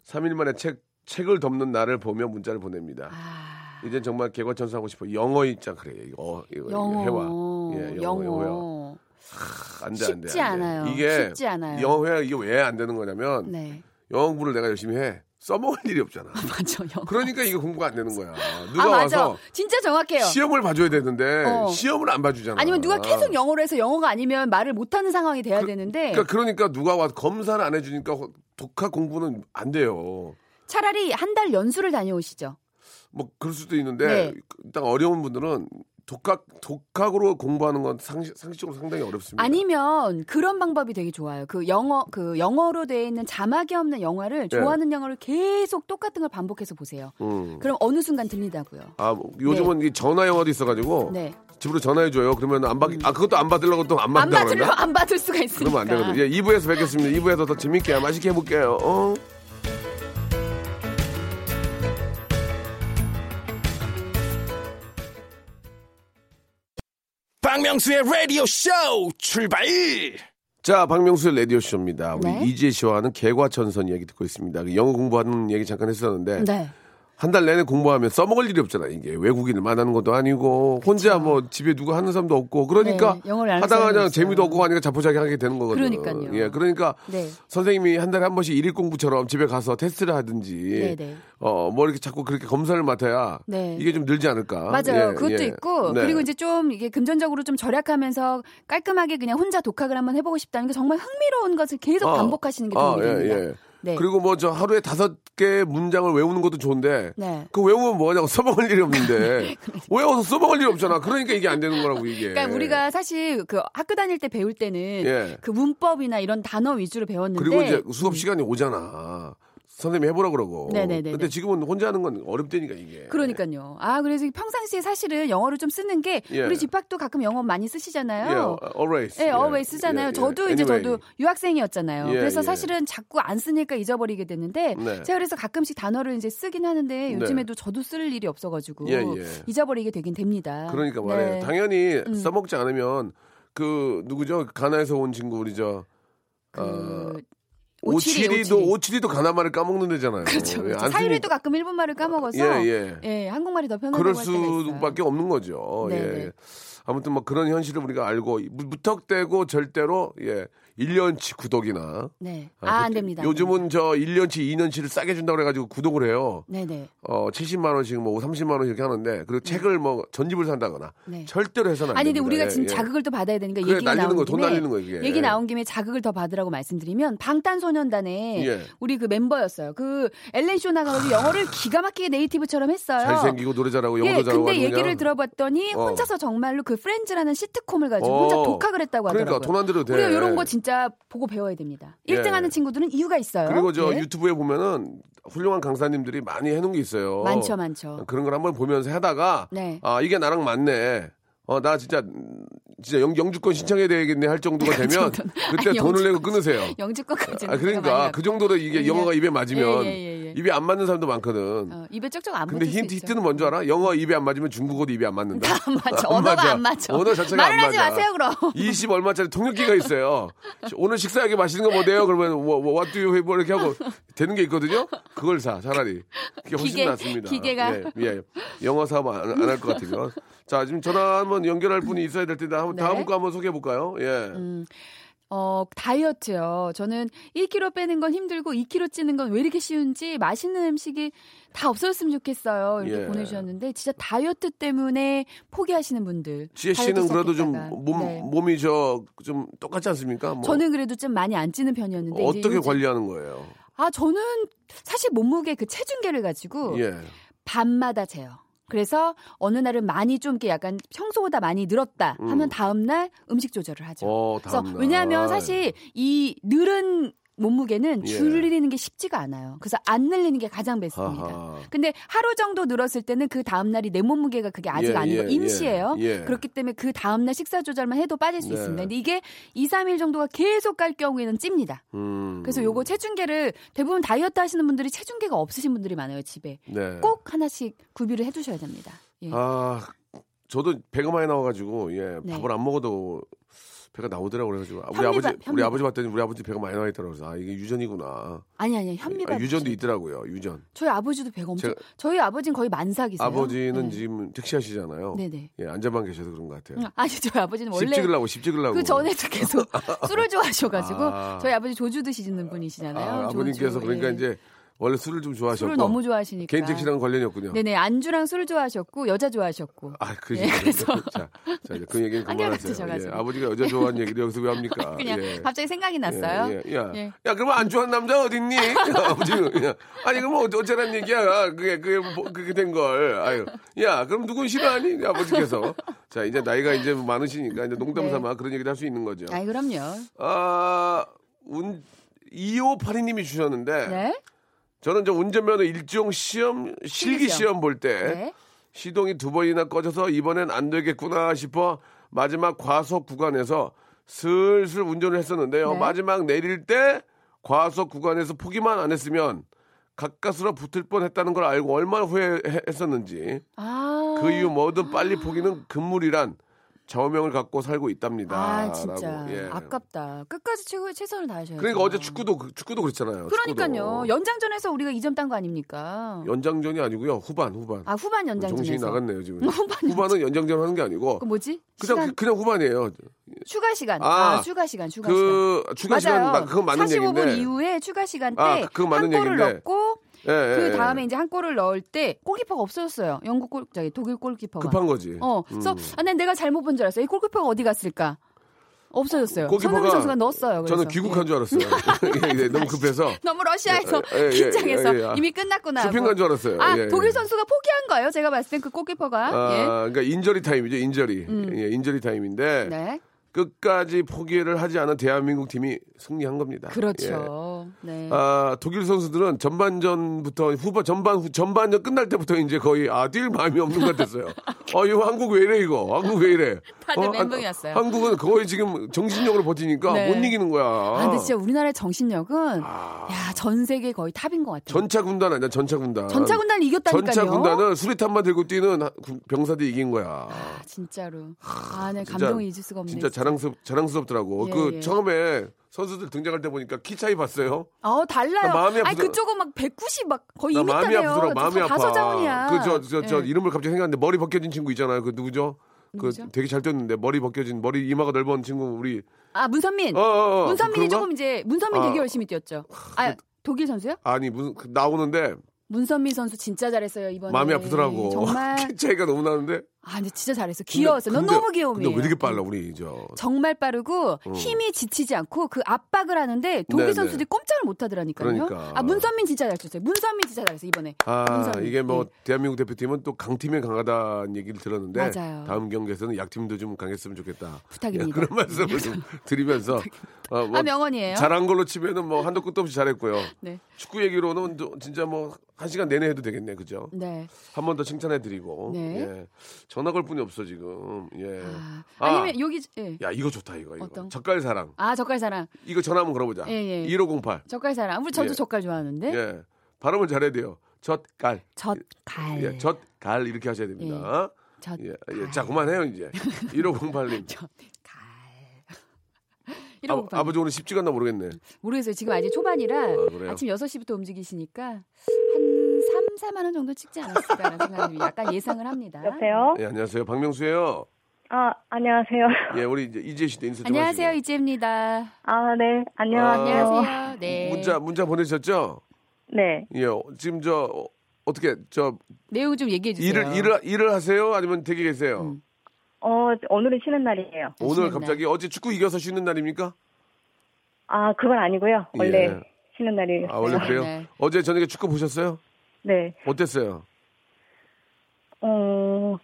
Speaker 3: 3일 만에 책 책을 덮는 나를 보며 문자를 보냅니다.
Speaker 7: 아,
Speaker 3: 이젠 정말 개과천선하고 싶어. 영어 있자 그래. 이거 어, 이거
Speaker 7: 영어.
Speaker 3: 해와. 예, 영어, 영어. 안돼 안돼.
Speaker 7: 쉽지 않아요.
Speaker 3: 이게
Speaker 7: 쉽지 않아요.
Speaker 3: 영어 회화 이게 왜 안 되는 거냐면
Speaker 7: 네. <laughs>
Speaker 3: 영어 공부를 내가 열심히 해. 써먹을 일이 없잖아.
Speaker 7: 맞아, 영어.
Speaker 3: 그러니까 이게 공부가 안 되는 거야.
Speaker 7: 아,
Speaker 3: 누가
Speaker 7: 맞아.
Speaker 3: 와서
Speaker 7: 진짜 정확해요.
Speaker 3: 시험을 봐줘야 되는데
Speaker 7: 어.
Speaker 3: 시험을 안 봐주잖아.
Speaker 7: 아니면 누가 계속 영어로 해서 영어가 아니면 말을 못하는 상황이 돼야 되는데
Speaker 3: 그러니까, 그러니까 누가 와서 검사를 안 해주니까 허- 독학 공부는 안 돼요.
Speaker 7: 차라리 한 달 연수를 다녀오시죠.
Speaker 3: 뭐 그럴 수도 있는데
Speaker 7: 네.
Speaker 3: 일단 어려운 분들은 독학 독학으로 공부하는 건 상시, 상식적으로 상당히 어렵습니다.
Speaker 7: 아니면 그런 방법이 되게 좋아요. 그 영어 그 영어로 되어 있는 자막이 없는 영화를
Speaker 3: 네.
Speaker 7: 좋아하는 영화를 계속 똑같은 걸 반복해서 보세요.
Speaker 3: 음.
Speaker 7: 그럼 어느 순간 들리다고요.
Speaker 3: 아 뭐, 요즘은 이 전화 영화도 있어가지고
Speaker 7: 네. 음.
Speaker 3: 집으로 전화해줘요. 그러면 안 받, 아 그것도 안 받으려고 또 안
Speaker 7: 안
Speaker 3: 받는다
Speaker 7: 받을
Speaker 3: 그러나?
Speaker 7: 안 받을 수가 있으니까.
Speaker 3: 그러면 안 되거든요. 예, 2부에서 뵙겠습니다. 2부에서 더 재밌게 맛있게 해볼게요. 어?
Speaker 1: 박명수의 라디오 쇼 출발!
Speaker 3: 자, 박명수의 라디오 쇼입니다. 우리
Speaker 7: 네.
Speaker 3: 이지혜 씨와는 개과천선 이야기 듣고 있습니다. 그 영어 공부하는 얘기 잠깐 했었는데
Speaker 7: 네.
Speaker 3: 한 달 내내 공부하면 써먹을 일이 없잖아. 이게 외국인을 만나는 것도 아니고 혼자 뭐 집에 누가 하는 사람도 없고 그러니까
Speaker 7: 네, 영어를 안 하는
Speaker 3: 하다가 그냥
Speaker 7: 사람이 있어요.
Speaker 3: 재미도 없고 하니까 자포자기 하게 되는 거거든요.
Speaker 7: 그러니까요.
Speaker 3: 예, 그러니까
Speaker 7: 네.
Speaker 3: 선생님이 한 달에 한 번씩 일일 공부처럼 집에 가서 테스트를 하든지
Speaker 7: 네, 네.
Speaker 3: 어, 뭐 이렇게 자꾸 그렇게 검사를 맡아야
Speaker 7: 네.
Speaker 3: 이게 좀 늘지 않을까.
Speaker 7: 맞아요.
Speaker 3: 예,
Speaker 7: 그것도
Speaker 3: 예.
Speaker 7: 있고
Speaker 3: 네.
Speaker 7: 그리고 이제 좀 이게 금전적으로 좀 절약하면서 깔끔하게 그냥 혼자 독학을 한번 해보고 싶다는 게 정말 흥미로운 것을 계속
Speaker 3: 아,
Speaker 7: 반복하시는 게
Speaker 3: 아,
Speaker 7: 도움이 됩니다.
Speaker 3: 예, 예.
Speaker 7: 네.
Speaker 3: 그리고 뭐 저 하루에 다섯 개 문장을 외우는 것도 좋은데
Speaker 7: 네.
Speaker 3: 그 외우면 뭐냐고 써먹을 일이
Speaker 7: <laughs>
Speaker 3: 없는데 외워서 써먹을 일이 없잖아. 그러니까 이게 안 되는 거라고 이게.
Speaker 7: 그러니까 우리가 사실 그 학교 다닐 때 배울 때는
Speaker 3: 예.
Speaker 7: 그 문법이나 이런 단어 위주로 배웠는데
Speaker 3: 그리고 이제 수업 시간이 오잖아. 선생님이 해보라 그러고.
Speaker 7: 네네네네.
Speaker 3: 근데 지금은 혼자 하는 건 어렵다니까 이게.
Speaker 7: 그러니까요. 아, 그래서 평상시에 사실은 영어를 좀 쓰는 게
Speaker 3: 예.
Speaker 7: 우리 집 밖도 가끔 영어 많이 쓰시잖아요.
Speaker 3: 예, always.
Speaker 7: 예, always 쓰잖아요.
Speaker 3: 예, 예.
Speaker 7: 저도 이제
Speaker 3: Anyway.
Speaker 7: 저도 유학생이었잖아요.
Speaker 3: 예,
Speaker 7: 그래서
Speaker 3: 예.
Speaker 7: 사실은 자꾸 안 쓰니까 잊어버리게 되는데
Speaker 3: 네.
Speaker 7: 제가 그래서 가끔씩 단어를 이제 쓰긴 하는데 요즘에도 저도 쓸 일이 없어가지고
Speaker 3: 예, 예.
Speaker 7: 잊어버리게 되긴 됩니다.
Speaker 3: 그러니까 말이에요.
Speaker 7: 네.
Speaker 3: 당연히 써먹지 않으면 그 누구죠? 가나에서 온 친구 우리 저
Speaker 7: 그 오칠이,
Speaker 3: 아, 오칠이도
Speaker 7: 오칠이.
Speaker 3: 오칠이도 가나 말을 까먹는 애잖아요.
Speaker 7: 그렇죠.
Speaker 3: 예,
Speaker 7: 그렇죠.
Speaker 3: 안 쓰니-
Speaker 7: 사유리도 가끔 일본말을 까먹어서
Speaker 3: 예, 예.
Speaker 7: 한국말이 더 편하다고
Speaker 3: 그럴
Speaker 7: 할 때가 있어요.
Speaker 3: 수밖에 없는 거죠.
Speaker 7: 네,
Speaker 3: 예.
Speaker 7: 네.
Speaker 3: 아무튼 뭐 그런 현실을 우리가 알고 무- 무턱대고 절대로 예. 1년치 구독이나
Speaker 7: 네.
Speaker 3: 아,
Speaker 7: 아, 안
Speaker 3: 보통-
Speaker 7: 됩니다. 안
Speaker 3: 요즘은 저 1년치, 2년치를 싸게 준다고 그래가지고 구독을 해요.
Speaker 7: 됩니다. 네네.
Speaker 3: 어, 70만 원씩 뭐 30만 원씩 이렇게 하는데 그리고 책을 뭐 전집을 산다거나
Speaker 7: 네.
Speaker 3: 절대로 해서는 안
Speaker 7: 아니 근데
Speaker 3: 됩니다.
Speaker 7: 우리가
Speaker 3: 예,
Speaker 7: 지금
Speaker 3: 예.
Speaker 7: 자극을 또 받아야 되니까
Speaker 3: 그래,
Speaker 7: 얘기가
Speaker 3: 날리는
Speaker 7: 나온
Speaker 3: 거,
Speaker 7: 김에
Speaker 3: 돈 날리는 거, 이게.
Speaker 7: 얘기
Speaker 3: 예.
Speaker 7: 나온 김에 자극을 더 받으라고 말씀드리면 방탄소년단의
Speaker 3: 예. 아.
Speaker 7: 우리 그 멤버였어요. 그 엘렌 쇼나가 가지고 영어를 기가 막히게 네이티브처럼 했어요.
Speaker 3: 잘생기고 노래 잘하고 영어도
Speaker 7: 예,
Speaker 3: 잘하고
Speaker 7: 근데
Speaker 3: 하는
Speaker 7: 얘기를
Speaker 3: 그냥.
Speaker 7: 들어봤더니
Speaker 3: 어.
Speaker 7: 혼자서 정말로 그 프렌즈라는 시트콤을 가지고 혼자
Speaker 3: 어.
Speaker 7: 독학을 했다고
Speaker 3: 그러니까
Speaker 7: 하더라고요.
Speaker 3: 돈 안 들어도 돼.
Speaker 7: 우리가 이런 거 진짜 보고 배워야 됩니다.
Speaker 3: 예.
Speaker 7: 1등하는 친구들은 이유가 있어요.
Speaker 3: 그리고 저
Speaker 7: 예.
Speaker 3: 유튜브에 보면은 훌륭한 강사님들이 많이 해놓은 게 있어요.
Speaker 7: 많죠, 많죠.
Speaker 3: 그런 걸 한번 보면서 하다가
Speaker 7: 네.
Speaker 3: 아 이게 나랑 맞네. 어 나 진짜 진짜 영, 주권 신청해야 되겠네 할 정도가 되면
Speaker 7: 예, 정도는.
Speaker 3: 그때
Speaker 7: 아니,
Speaker 3: 돈을 내고
Speaker 7: 영주권
Speaker 3: 끊으세요.
Speaker 7: 영주권까지는
Speaker 3: 아 그러니까 그 정도로 이게
Speaker 7: 예,
Speaker 3: 영어가
Speaker 7: 예.
Speaker 3: 입에 맞으면
Speaker 7: 예, 예, 예, 예.
Speaker 3: 입에 안 맞는 사람도 많거든.
Speaker 7: 어, 입에 쪽쪽 안
Speaker 3: 근데
Speaker 7: 붙을
Speaker 3: 힌트
Speaker 7: 수 있죠.
Speaker 3: 힌트는 뭔 줄 알아? 영어 입에 안 맞으면 중국어도 입에 안 맞는다.
Speaker 7: <laughs> 다 안 맞죠. 언어가 안 맞죠.
Speaker 3: <laughs> 언어 자체가
Speaker 7: 말을
Speaker 3: 안
Speaker 7: 하지
Speaker 3: 맞아.
Speaker 7: 마세요, 그럼.
Speaker 3: 20 얼마짜리 통역기가 있어요. 오늘 식사하게 맛있는 거 뭐 돼요? 그러면 뭐, 뭐, what do you have? 뭐 이렇게 하고 되는 게 있거든요. 그걸 사 차라리. 그게 훨씬
Speaker 7: 기계,
Speaker 3: 낫습니다.
Speaker 7: 기계가.
Speaker 3: 예, 예. 영어 사업 안 할 것 같아요. 자 지금 전화 한번 연결할 분이 있어야 될 텐데 한번
Speaker 7: 네. 음,
Speaker 3: 다음 거 한번 소개해 볼까요? 예.
Speaker 7: 어, 다이어트요. 저는 1kg 빼는 건 힘들고 2kg 찌는 건 왜 이렇게 쉬운지 맛있는 음식이 다 없어졌으면 좋겠어요. 이렇게
Speaker 3: 예.
Speaker 7: 보내주셨는데 진짜 다이어트 때문에 포기하시는 분들.
Speaker 3: 지혜 씨는
Speaker 7: 다이어트
Speaker 3: 그래도 좀
Speaker 7: 시작했다가.
Speaker 3: 몸,
Speaker 7: 네.
Speaker 3: 몸이 저 좀 똑같지 않습니까? 뭐
Speaker 7: 저는 그래도 좀 많이 안 찌는 편이었는데 이제
Speaker 3: 어떻게
Speaker 7: 요즘-
Speaker 3: 관리하는 거예요?
Speaker 7: 아 저는 사실 몸무게 그 체중계를 가지고
Speaker 3: 예.
Speaker 7: 밤마다 재요. 그래서 어느 날은 많이 좀 이렇게 약간 평소보다 많이 늘었다 하면 다음 날 음식 조절을 하죠.
Speaker 3: 어,
Speaker 7: 그래서
Speaker 3: 다음날.
Speaker 7: 그렇죠. 왜냐하면 사실 이 늘은 몸무게는
Speaker 3: 예.
Speaker 7: 줄이는 게 쉽지가 않아요. 그래서 안 늘리는 게 가장 베스트입니다.
Speaker 3: 아하.
Speaker 7: 근데 하루 정도 늘었을 때는 그 다음 날이 내 몸무게가 그게 아직
Speaker 3: 예,
Speaker 7: 아니고
Speaker 3: 예,
Speaker 7: 임시예요.
Speaker 3: 예, 예.
Speaker 7: 그렇기 때문에 그 다음 날 식사 조절만 해도 빠질 수
Speaker 3: 네.
Speaker 7: 있습니다. 근데 이게 2, 3일 정도가 계속 갈 경우에는 찝니다.
Speaker 3: 음.
Speaker 7: 그래서 요거 체중계를 대부분 다이어트 하시는 분들이 체중계가 없으신 분들이 많아요, 집에.
Speaker 3: 네.
Speaker 7: 꼭 하나씩 구비를 해 두셔야 됩니다. 예.
Speaker 3: 아, 저도 배가 많이 나와가지고 예
Speaker 7: 네.
Speaker 3: 밥을 안 먹어도 배가 나오더라고 그래가지고 우리
Speaker 7: 현미밥,
Speaker 3: 아버지 우리
Speaker 7: 현미밥.
Speaker 3: 아버지 봤더니 우리 아버지 배가 많이 나와 있더라고 그래서 아 이게 유전이구나.
Speaker 7: 아니 아니, 현미밥.
Speaker 3: 아, 유전도 있더라고요 유전.
Speaker 7: 저희 아버지도 배가 엄청
Speaker 3: 제가-
Speaker 7: 저희 아버지는 거의 만삭이세요.
Speaker 3: 아버지는
Speaker 7: 네.
Speaker 3: 지금 택시하시잖아요.
Speaker 7: 네네.
Speaker 3: 예 앉아만 계셔서 그런 것 같아요.
Speaker 7: 음, 아니 저희 아버지는
Speaker 3: 씹
Speaker 7: 원래
Speaker 3: 찍으려고 씹 찍으려고.
Speaker 7: 그 전에도 계속
Speaker 3: <laughs>
Speaker 7: 술을 좋아하셔가지고
Speaker 3: 아.
Speaker 7: 저희 아버지 조주 드시는 분이시잖아요.
Speaker 3: 아,
Speaker 7: 조주.
Speaker 3: 아버님께서 그러니까
Speaker 7: 예.
Speaker 3: 이제 원래 술을 좀 좋아하셨고
Speaker 7: 술을 너무 좋아하시니까
Speaker 3: 개인 택시랑 관련이 없군요.
Speaker 7: 네네 안주랑 술을 좋아하셨고 여자 좋아하셨고
Speaker 3: 아, 그지.
Speaker 7: 예, 그래서
Speaker 3: 자, 자, 이제 그 얘기는 그만하세요. 예,
Speaker 7: 한결같으셔가지고.
Speaker 3: 아버지가 여자 좋아하는 얘기를 여기서 왜 합니까?
Speaker 7: <laughs> 그냥
Speaker 3: 예.
Speaker 7: 갑자기 생각이 났어요.
Speaker 3: 예, 예, 야,
Speaker 7: 예.
Speaker 3: 야, 그러면 안 좋아하는 남자
Speaker 7: <laughs>
Speaker 3: 어딨니? <laughs> 아버지, 야, 아니, 그러면 어쩌- 어쩌란 얘기야. 아, 그게, 그게, 뭐- 그게 된 걸. 아유. 야, 그럼 누군 싫어하니? 아버지께서. 자, 이제 나이가 이제 많으시니까 이제 농담
Speaker 7: 네.
Speaker 3: 삼아 그런 얘기도 할 수 있는 거죠.
Speaker 7: 아이 그럼요.
Speaker 3: 아, 운, 2582님이 주셨는데.
Speaker 7: 네.
Speaker 3: 저는 저 운전면허 일종 시험, 실기
Speaker 7: 실기시험.
Speaker 3: 시험 볼 때.
Speaker 7: 네.
Speaker 3: 시동이 두 번이나 꺼져서 이번엔 안 되겠구나 싶어 마지막 과속 구간에서 슬슬 운전을 했었는데요.
Speaker 7: 네.
Speaker 3: 마지막 내릴 때 과속 구간에서 포기만 안 했으면 가까스로 붙을 뻔했다는 걸 알고 얼마나 후회했었는지
Speaker 7: 아.
Speaker 3: 그 이후 뭐든 빨리 포기는 금물이란 좌우명을 갖고 살고 있답니다.
Speaker 7: 아 진짜
Speaker 3: 라고, 예.
Speaker 7: 아깝다. 끝까지 최고 최선을 다하셔야.
Speaker 3: 그러니까 어제 축구도 그- 축구도 그랬잖아요.
Speaker 7: 그러니까요.
Speaker 3: 축구도.
Speaker 7: 연장전에서 우리가 2점 딴 거 아닙니까?
Speaker 3: 연장전이 아니고요. 후반 후반.
Speaker 7: 아 후반 연장전에서.
Speaker 3: 정신이 나갔네요 지금.
Speaker 7: <laughs> 후반
Speaker 3: 후반은 연장전 하는 게 아니고
Speaker 7: 그 뭐지?
Speaker 3: 그냥
Speaker 7: 시간
Speaker 3: 그냥 후반이에요.
Speaker 7: 추가 시간.
Speaker 3: 아,
Speaker 7: 아, 추가 시간. 추가 시간.
Speaker 3: 그 추가 시간 막 그건 맞는
Speaker 7: 45분
Speaker 3: 얘기인데.
Speaker 7: 이후에 추가 시간 때
Speaker 3: 아,
Speaker 7: 한
Speaker 3: 그건 맞는
Speaker 7: 골을
Speaker 3: 얘기인데.
Speaker 7: 넣고
Speaker 3: 예, 예,
Speaker 7: 그
Speaker 3: 예.
Speaker 7: 다음에 이제 한 골을 넣을 때 골키퍼가 없어졌어요. 영국 골 저기 독일 골키퍼가.
Speaker 3: 급한 음. 거지.
Speaker 7: 어, 그래서 아, 난 내가 잘못 본 줄 알았어. 이 골키퍼가 어디 갔을까? 없어졌어요. 손흥민 선수가 넣었어요. 그래서.
Speaker 3: 저는 귀국한
Speaker 7: 예.
Speaker 3: 줄
Speaker 7: <laughs>
Speaker 3: 알았어요. 예, 예, 너무 급해서
Speaker 7: 너무 러시아에서
Speaker 3: 예, 예, 예,
Speaker 7: 긴장해서
Speaker 3: 예, 예, 예.
Speaker 7: 이미 끝났구나. 하고.
Speaker 3: 쇼핑 간 줄 알았어요.
Speaker 7: 아
Speaker 3: 예, 예.
Speaker 7: 독일 선수가 포기한 거예요. 제가 봤을 땐 그 골키퍼가.
Speaker 3: 아, 그러니까 인절이 타임이죠. 인절이. 예, 인절이 타임인데
Speaker 7: 예. 음. 네.
Speaker 3: 끝까지 포기를 하지 않은 대한민국 팀이 승리한 겁니다. 예.
Speaker 7: 그렇죠. 그렇죠. 네.
Speaker 3: 아, 독일 선수들은 전반전부터 후반 전반 후- 전반전 끝날 때부터 이제 거의 아 뛸 마음이 없는 것 같았어요. 어 이거 한국 왜 이래 이거 한국 왜 이래.
Speaker 7: 다들
Speaker 3: 어, 한-
Speaker 7: 멘붕이었어요.
Speaker 3: 한국은 거의 지금 정신력으로 버티니까
Speaker 7: 네.
Speaker 3: 못 이기는 거야.
Speaker 7: 아, 근데 진짜 우리나라의 정신력은
Speaker 3: 아.
Speaker 7: 야, 전 세계 거의 탑인 것 같아요.
Speaker 3: 전차 군단 아니야 전차 군단.
Speaker 7: 전차 군단 이겼다니까요.
Speaker 3: 전차 군단은 수리탄만 들고 뛰는 하- 구- 병사들이 이긴 거야.
Speaker 7: 아, 진짜로. 아, 네,
Speaker 3: 진짜-
Speaker 7: 감동이 잊을 수가 없네.
Speaker 3: 진짜 자랑스럽 자랑스럽더라고.
Speaker 7: 예,
Speaker 3: 그
Speaker 7: 예. 진짜.
Speaker 3: 처음에 선수들 등장할 때 보니까 키 차이 봤어요.
Speaker 7: 어, 달라요.
Speaker 3: 나 마음이
Speaker 7: 아니,
Speaker 3: 아프더라-
Speaker 7: 그쪽은 막 190, 막 거의
Speaker 3: 나
Speaker 7: 2m네요.
Speaker 3: 마음이 아프더라고 마음이 아파.
Speaker 7: 다서자훈이야.
Speaker 3: 그저저저
Speaker 7: 예.
Speaker 3: 이름을 갑자기 생각났는데 머리 벗겨진 친구 있잖아요. 그 누구죠? 그
Speaker 7: 누구죠?
Speaker 3: 되게 잘 뛰었는데 머리 벗겨진 머리 이마가 넓은 친구 우리
Speaker 7: 아, 문선민.
Speaker 3: 어, 어, 어.
Speaker 7: 문선민이
Speaker 3: 그런가?
Speaker 7: 조금 이제 문선민
Speaker 3: 아. 그
Speaker 7: 되게 열심히 뛰었죠. 아, 독일 선수요?
Speaker 3: 아니 무슨 그 나오는데
Speaker 7: 문선민 선수 진짜 잘했어요 이번에.
Speaker 3: 마음이 아프더라고.
Speaker 7: 네, 정말.
Speaker 3: <laughs> 키 차이가 너무 나는데.
Speaker 7: 아, 근데 진짜 잘했어. 귀여웠어. 넌 너무
Speaker 3: 근데
Speaker 7: 귀여움이에요.
Speaker 3: 왜 이렇게 빨라 우리 저.
Speaker 7: 정말 빠르고 힘이 지치지 않고 그 압박을 하는데 독일
Speaker 3: 네네.
Speaker 7: 선수들이 꼼짝을 못 하더라니까요.
Speaker 3: 그러니까.
Speaker 7: 아 문선민 진짜 잘 쳤어요. 문선민 진짜 잘했어 이번에.
Speaker 3: 아
Speaker 7: 문선민.
Speaker 3: 이게 뭐
Speaker 7: 네.
Speaker 3: 대한민국 대표팀은 또 강팀에 강하다는 얘기를 들었는데
Speaker 7: 맞아요.
Speaker 3: 다음 경기에서는 약팀도 좀 강했으면 좋겠다.
Speaker 7: 부탁입니다.
Speaker 3: 예, 그런 말씀을
Speaker 7: <laughs>
Speaker 3: 좀 드리면서 어, 뭐
Speaker 7: 아 명언이에요.
Speaker 3: 잘한 걸로 치면은 뭐 한도 끝도 없이 잘했고요.
Speaker 7: 네.
Speaker 3: 축구 얘기로는 또 진짜 뭐 한 시간 내내 해도 되겠네, 그죠?
Speaker 7: 네.
Speaker 3: 한 번 더 칭찬해드리고
Speaker 7: 네.
Speaker 3: 예. 전화 걸 뿐이 없어 지금. 예.
Speaker 7: 아,
Speaker 3: 아,
Speaker 7: 아니면 여기 예.
Speaker 3: 야 이거 좋다 이거 이거
Speaker 7: 어떤?
Speaker 3: 젓갈 사랑
Speaker 7: 아 젓갈 사랑.
Speaker 3: 이거 전화 한번 걸어보자.
Speaker 7: 예, 네? 예.
Speaker 3: 1508.
Speaker 7: 젓갈 사랑. 우리 저도
Speaker 3: 예.
Speaker 7: 젓갈 좋아하는데.
Speaker 3: 예. 발음을 잘해야 돼요. 젓갈.
Speaker 7: 젓갈.
Speaker 3: 예, 젓갈 이렇게 하셔야 됩니다.
Speaker 7: 젓갈.
Speaker 3: 예, 예. 자 그만해요 이제. 1508님.
Speaker 7: <laughs> 이런
Speaker 3: 아,
Speaker 7: 거
Speaker 3: 아버지 오늘 쉽지가 않나 모르겠네.
Speaker 7: 모르겠어요. 지금 아직 초반이라
Speaker 3: 그래요?
Speaker 7: 아, 침침 6시부터 움직이시니까 한 3, 4만 원 정도 찍지 않았을까라는 생각이 약간 예상을 합니다.
Speaker 8: 여보세요?
Speaker 3: 예, 안녕하세요. 박명수예요.
Speaker 8: 아, 안녕하세요. <laughs>
Speaker 3: 예, 우리 이제 이재 씨도 인사 좀
Speaker 7: 안녕하세요.
Speaker 3: 하시고.
Speaker 7: 이지혜입니다.
Speaker 8: 아, 네. 안녕하세요.
Speaker 7: 안녕하세요. 네.
Speaker 3: 문자 문자 보내셨죠?
Speaker 8: 네.
Speaker 3: 예, 어, 지금 저 어, 어떻게 저
Speaker 7: 내용 좀 얘기해 주세요.
Speaker 3: 일을 일을 일을 하세요? 아니면 되게 계세요?
Speaker 7: 음.
Speaker 8: 어, 오늘은 쉬는 날이에요.
Speaker 3: 오늘
Speaker 7: 쉬는
Speaker 3: 갑자기 어제 축구 이겨서 쉬는 날입니까?
Speaker 8: 아, 그건 아니고요. 원래
Speaker 3: 예.
Speaker 8: 쉬는 날이에요.
Speaker 3: 아 원래 그래요?
Speaker 7: 네.
Speaker 3: 어제 저녁에 축구 보셨어요?
Speaker 8: 네.
Speaker 3: 어땠어요?
Speaker 8: 어,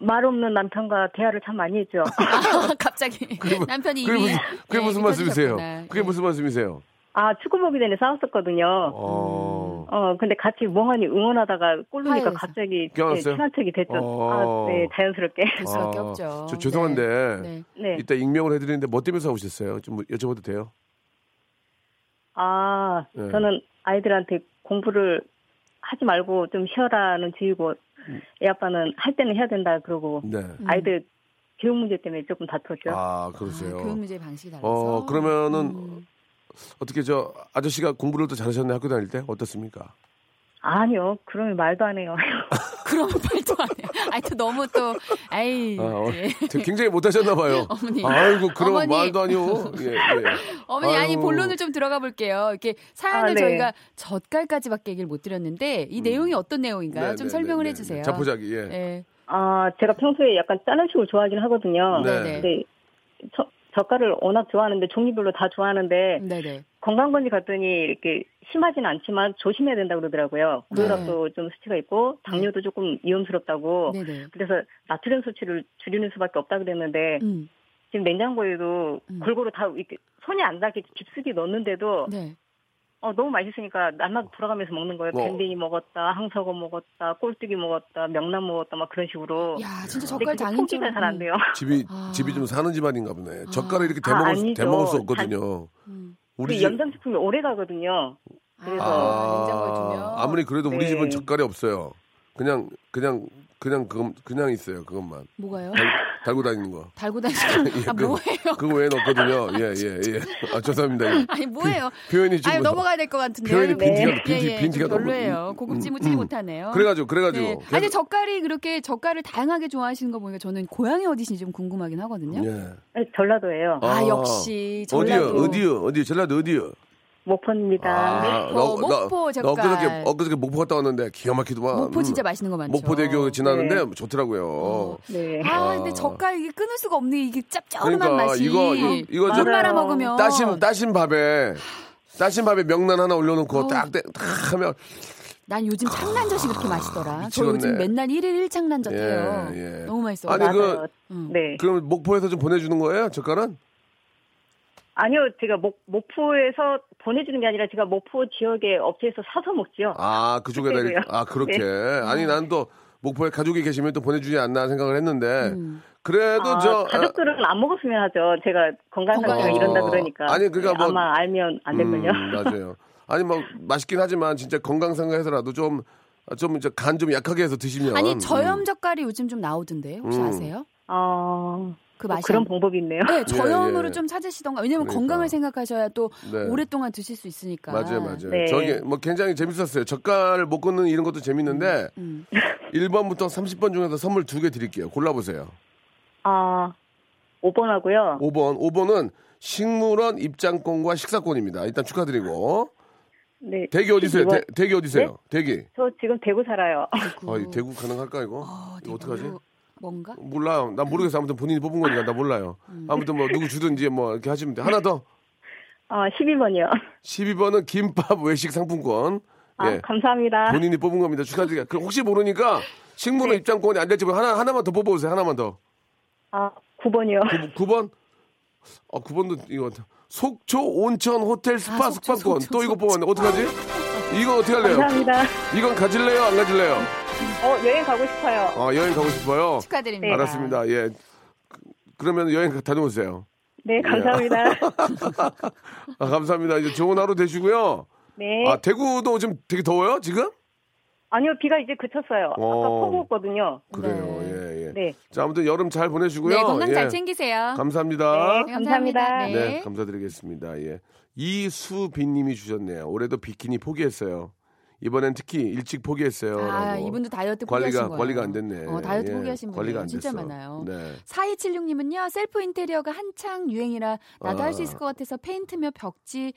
Speaker 8: 말 없는 남편과 대화를 참 많이 했죠. <laughs>
Speaker 7: 아, <laughs> 갑자기 남편이
Speaker 3: 그게
Speaker 7: 이미
Speaker 3: 무슨 그게
Speaker 7: 네,
Speaker 3: 무슨 말씀이세요?
Speaker 7: 미쳐주셨구나.
Speaker 3: 그게 무슨 말씀이세요?
Speaker 8: 아, 축구 보기 전에 싸웠었거든요.
Speaker 3: 어.
Speaker 8: 어, 근데 같이 멍하니 응원하다가 꼴로니까
Speaker 7: 화해해서.
Speaker 8: 갑자기 네,
Speaker 3: 껴안았어요?
Speaker 8: 친한 척이 됐죠.
Speaker 3: 어.
Speaker 8: 아, 네, 자연스럽게.
Speaker 7: 될 수밖에
Speaker 3: 아,
Speaker 7: 없죠.
Speaker 3: 저 죄송한데
Speaker 7: 음. 네. 네.
Speaker 8: 네.
Speaker 3: 이따 익명을 해드리는데 뭐 때문에 싸우셨어요? 좀 여쭤봐도 돼요?
Speaker 8: 아,
Speaker 3: 네.
Speaker 8: 저는 아이들한테 공부를 하지 말고 좀 쉬어라는 주의고,
Speaker 3: 음.
Speaker 8: 애 아빠는 할 때는 해야 된다 그러고,
Speaker 3: 네.
Speaker 8: 아이들 교육 문제 때문에 조금 다투었죠.
Speaker 3: 아
Speaker 7: 아,
Speaker 3: 그러세요.
Speaker 7: 교육 문제 방식이 달라서.
Speaker 3: 어 그러면은
Speaker 7: 음.
Speaker 3: 어떻게 저 아저씨가 공부를 또 잘하셨나요? 학교 다닐 때 어떻습니까?
Speaker 8: 아니요, 그러면 말도 안 해요. <laughs>
Speaker 7: 그런 말도 안 해. 아니 또 너무 또 아이
Speaker 3: 아, 어,
Speaker 7: 예.
Speaker 3: 되게 굉장히 못하셨나 봐요.
Speaker 7: <laughs> 어머니.
Speaker 3: 아이고 그런
Speaker 7: 어머니.
Speaker 3: 말도 아니요. 예, 예.
Speaker 7: 어머니 아니
Speaker 3: 아유.
Speaker 7: 본론을 좀 들어가 볼게요. 이렇게 사연을
Speaker 8: 아, 네.
Speaker 7: 저희가 젓갈까지밖에 얘기를 못 드렸는데 이 내용이 어떤
Speaker 3: 음.
Speaker 7: 내용인가요?
Speaker 3: 네,
Speaker 7: 그러니까 좀
Speaker 3: 네,
Speaker 7: 설명을
Speaker 3: 네, 네.
Speaker 7: 해주세요.
Speaker 3: 자포자기 예.
Speaker 7: 예.
Speaker 8: 아, 제가 평소에 약간 짜는 식을 좋아하긴 하거든요.
Speaker 3: 네.
Speaker 8: 근데 저, 젓갈을 워낙 좋아하는데 종류별로 다 좋아하는데
Speaker 7: 네네.
Speaker 8: 건강검진 갔더니 이렇게 심하진 않지만 조심해야 된다 그러더라고요.
Speaker 7: 네.
Speaker 8: 고혈압도 좀 수치가 있고 당뇨도 조금 위험스럽다고.
Speaker 7: 네네.
Speaker 8: 그래서 나트륨 수치를 줄이는 수밖에 없다 그랬는데
Speaker 7: 음.
Speaker 8: 지금 냉장고에도
Speaker 7: 음.
Speaker 8: 골고루 다 이렇게 손이 안 닿게 깊숙이 넣는데도
Speaker 7: 네.
Speaker 8: 어, 너무 맛있으니까 날마다 돌아가면서 먹는 거예요.
Speaker 3: 어.
Speaker 8: 밴댕이 먹었다, 항서고 먹었다, 꼴뚜기 먹었다, 명란 먹었다 막 그런 식으로.
Speaker 7: 야 진짜
Speaker 8: 근데
Speaker 7: 젓갈
Speaker 8: 그게 포기가
Speaker 7: 장인처럼.
Speaker 8: 잘 안 돼요.
Speaker 3: 집이
Speaker 7: 아.
Speaker 3: 집이 좀 사는 집안인가 보네.
Speaker 7: 아.
Speaker 3: 젓갈을 이렇게
Speaker 8: 아,
Speaker 3: 대먹을 수-
Speaker 8: 아니죠.
Speaker 3: 대먹을 수 없거든요.
Speaker 7: 음. 아,
Speaker 3: 우리
Speaker 8: 그
Speaker 3: 집
Speaker 8: 연장식품이 오래 가거든요. 그래서
Speaker 3: 아,
Speaker 7: 냉장고에 두면.
Speaker 3: 무리 그래도 우리
Speaker 8: 네.
Speaker 3: 집은 젓갈이 없어요. 그냥 그냥 그냥 그건 그냥 있어요. 그것만
Speaker 7: 뭐가요?
Speaker 3: 달- 달고 다니는 거. <laughs>
Speaker 7: 달고 다니시는
Speaker 3: 예,
Speaker 7: 아
Speaker 3: 그-
Speaker 7: 뭐예요?
Speaker 3: 그거 외에는
Speaker 7: <laughs>
Speaker 3: 없거든요. 예, 예, 예. 아, 죄송합니다. 예.
Speaker 7: 아니 뭐예요?
Speaker 3: 표현이 좀.
Speaker 7: 아니 넘어가야 될 것 같은데.
Speaker 3: 표현이 빈티가,
Speaker 7: 네.
Speaker 3: 빈티,
Speaker 7: 예, 예,
Speaker 3: 빈티가
Speaker 7: 좀
Speaker 3: 너무-
Speaker 7: 별로예요.
Speaker 3: 음,
Speaker 7: 고급지무지
Speaker 3: 음, 음.
Speaker 7: 못하네요.
Speaker 3: 그래가지고, 그래가지고.
Speaker 7: 네.
Speaker 3: 계속-
Speaker 7: 아니 젓갈이 그렇게 젓갈을 다양하게 좋아하시는 거 보니까 저는 고향이 어디신지 좀 궁금하긴 하거든요.
Speaker 3: 예.
Speaker 8: 네, 전라도예요.
Speaker 3: 어.
Speaker 7: 아, 역시
Speaker 3: 어디요?
Speaker 7: 전라도.
Speaker 3: 어디요? 어디요? 전라도 어디요? 아,
Speaker 8: 목포입니다.
Speaker 7: 목포,
Speaker 3: 나- 나-
Speaker 7: 목포
Speaker 3: 나
Speaker 7: 젓갈.
Speaker 3: 엊그저께, 엊그저께 목포 갔다 왔는데 기가 막히더만.
Speaker 7: 목포 진짜
Speaker 3: 음.
Speaker 7: 맛있는 거 많죠. 네.
Speaker 3: 목포대교 지나는데 좋더라고요.
Speaker 7: 어.
Speaker 8: 네.
Speaker 7: 아, 근데 젓갈 이게 끊을 수가 없네. 이게 짭조름한
Speaker 3: 그러니까
Speaker 7: 맛이.
Speaker 3: 이거- 이- 이거
Speaker 7: 물
Speaker 8: 저-
Speaker 7: 말아 먹으면
Speaker 3: 따신, 따신 밥에, 따신 밥에 명란 하나 올려놓고
Speaker 7: 어우.
Speaker 3: 딱, 떼- 딱 하면.
Speaker 7: 난 요즘 창란젓이 그렇게 맛있더라. 저
Speaker 3: 아, 미치겠네.
Speaker 7: 요즘 맨날 1일 1창란젓 해요.
Speaker 3: 예, 예.
Speaker 7: 너무 맛있어.
Speaker 8: 네.
Speaker 3: 아니, 그-
Speaker 8: 맞아요.
Speaker 7: 음.
Speaker 8: 네.
Speaker 3: 그럼 목포에서 좀 보내주는 거예요? 젓갈은?
Speaker 8: 아니요, 제가 목, 목포에서 보내주는 게 아니라 제가 목포 지역의 업체에서 사서 먹지요.
Speaker 3: 아, 그쪽에다 이렇게-
Speaker 8: 그때고요.
Speaker 3: 아, 그렇게.
Speaker 8: 네.
Speaker 3: 아니, 난 또 목포에 가족이 계시면 또 보내주지 않나 생각을 했는데. 그래도 저.
Speaker 8: 아, 가족들은 안 먹었으면 하죠. 제가 건강 상태가
Speaker 3: 건강.
Speaker 8: 이런다 그러니까.
Speaker 3: 아니, 그러니까 뭐-
Speaker 8: 아마 알면 안 되군요.
Speaker 7: <laughs>
Speaker 8: <laughs>
Speaker 3: 음, 맞아요. 아니 뭐 맛있긴 하지만 진짜 건강 생각해서라도 좀 좀 이제 간 좀 약하게 해서 드시면
Speaker 7: 아니
Speaker 3: 음.
Speaker 7: 저염 젓갈이 요즘 좀 나오던데 혹시
Speaker 3: 음.
Speaker 7: 아세요?
Speaker 8: 어,
Speaker 7: 그 맛이
Speaker 8: 그런
Speaker 7: 안- <laughs>
Speaker 8: 방법이 있네요.
Speaker 7: 네, 저염으로
Speaker 3: <laughs> 예.
Speaker 7: 좀 찾으시던가. 왜냐면
Speaker 3: 그러니까.
Speaker 7: 건강을 생각하셔야 또
Speaker 3: 네.
Speaker 7: 오랫동안 드실 수 있으니까.
Speaker 3: 맞아요, 맞아요.
Speaker 8: 네.
Speaker 3: 저기 뭐 굉장히 재밌었어요. 젓갈을 못 걷는 이런 것도 재밌는데
Speaker 7: 음.
Speaker 3: 1번부터 30번 중에서 선물 두 개 드릴게요. 골라보세요.
Speaker 8: 아, 5번 하고요.
Speaker 3: 5번, 5번은 식물원 입장권과 식사권입니다. 일단 축하드리고
Speaker 8: 네.
Speaker 3: 대기 어디세요?
Speaker 8: 이거-
Speaker 3: 대, 대기 어디세요?
Speaker 7: 네?
Speaker 3: 대기.
Speaker 8: 저 지금 대구 살아요. <laughs>
Speaker 7: 아이고.
Speaker 3: 아, 이 대구 가능할까 이거?
Speaker 7: 어,
Speaker 3: 이거 어떡하지?
Speaker 7: 음. 대구 뭔가?
Speaker 3: 몰라요. 난 모르겠어. 아무튼 본인이 뽑은 거니까 나 몰라요.
Speaker 7: 음.
Speaker 3: 아무튼 뭐 누구 주든지 뭐 이렇게 하시면 돼. 하나 더.
Speaker 8: 아, 12번이요.
Speaker 3: 12번은 김밥 외식 상품권.
Speaker 8: 아,
Speaker 3: 예.
Speaker 8: 감사합니다.
Speaker 3: 본인이 뽑은 겁니다. 축하드립니다. 그럼 혹시 모르니까
Speaker 7: 네.
Speaker 3: 식물원 입장권이 안 될지 모르- 하나 하나만 더 뽑아보세요. 하나만 더.
Speaker 8: 아,
Speaker 3: <laughs>
Speaker 8: 9번이요.
Speaker 3: 9, 번 어, 9번도 이거 속초 온천 호텔 스파
Speaker 7: 아, 속초,
Speaker 3: 숙박권
Speaker 7: 속초,
Speaker 3: 또 이거
Speaker 7: 속초.
Speaker 3: 뽑았네. 어떡하지? 이거 어떻게 할래요?
Speaker 8: 감사합니다.
Speaker 3: 이건 가질래요? 안 가질래요?
Speaker 8: 어, 여행 가고 싶어요.
Speaker 3: 아, 여행 가고 싶어요.
Speaker 7: 축하드립니다.
Speaker 3: 알았습니다. 예. 그, 러면 여행 다녀오세요.
Speaker 8: 네,
Speaker 3: 예.
Speaker 8: 감사합니다.
Speaker 3: <laughs> 아, 감사합니다. 이제 좋은 하루 되시고요.
Speaker 8: 네.
Speaker 3: 아, 대구도 지금 되게 더워요? 지금?
Speaker 8: 아니요, 비가 이제 그쳤어요. 아까
Speaker 3: 어.
Speaker 8: 퍼부었거든요.
Speaker 3: 그래요. 예, 예.
Speaker 8: 네.
Speaker 3: 자, 아무튼 여름 잘 보내시고요.
Speaker 7: 네, 건강
Speaker 3: 예.
Speaker 7: 잘 챙기세요.
Speaker 3: 감사합니다.
Speaker 7: 네, 감사합니다.
Speaker 8: 감사합니다.
Speaker 3: 네. 감사드리겠습니다. 예. 이수빈 님이 주셨네요. 올해도 비키니 포기했어요. 이번엔 특히 일찍 포기했어요.
Speaker 7: 아,
Speaker 3: 라고.
Speaker 7: 이분도 다이어트 포기하신
Speaker 3: 관리가
Speaker 7: 거예요.
Speaker 3: 관리가 안 됐네.
Speaker 7: 어, 다이어트
Speaker 3: 예,
Speaker 7: 포기하신 분들
Speaker 3: 관리가 안
Speaker 7: 진짜
Speaker 3: 됐어.
Speaker 7: 많아요.
Speaker 3: 네.
Speaker 7: 4276님은요, 셀프 인테리어가 한창 유행이라 나도
Speaker 3: 아.
Speaker 7: 할 수 있을 것 같아서 페인트며 벽지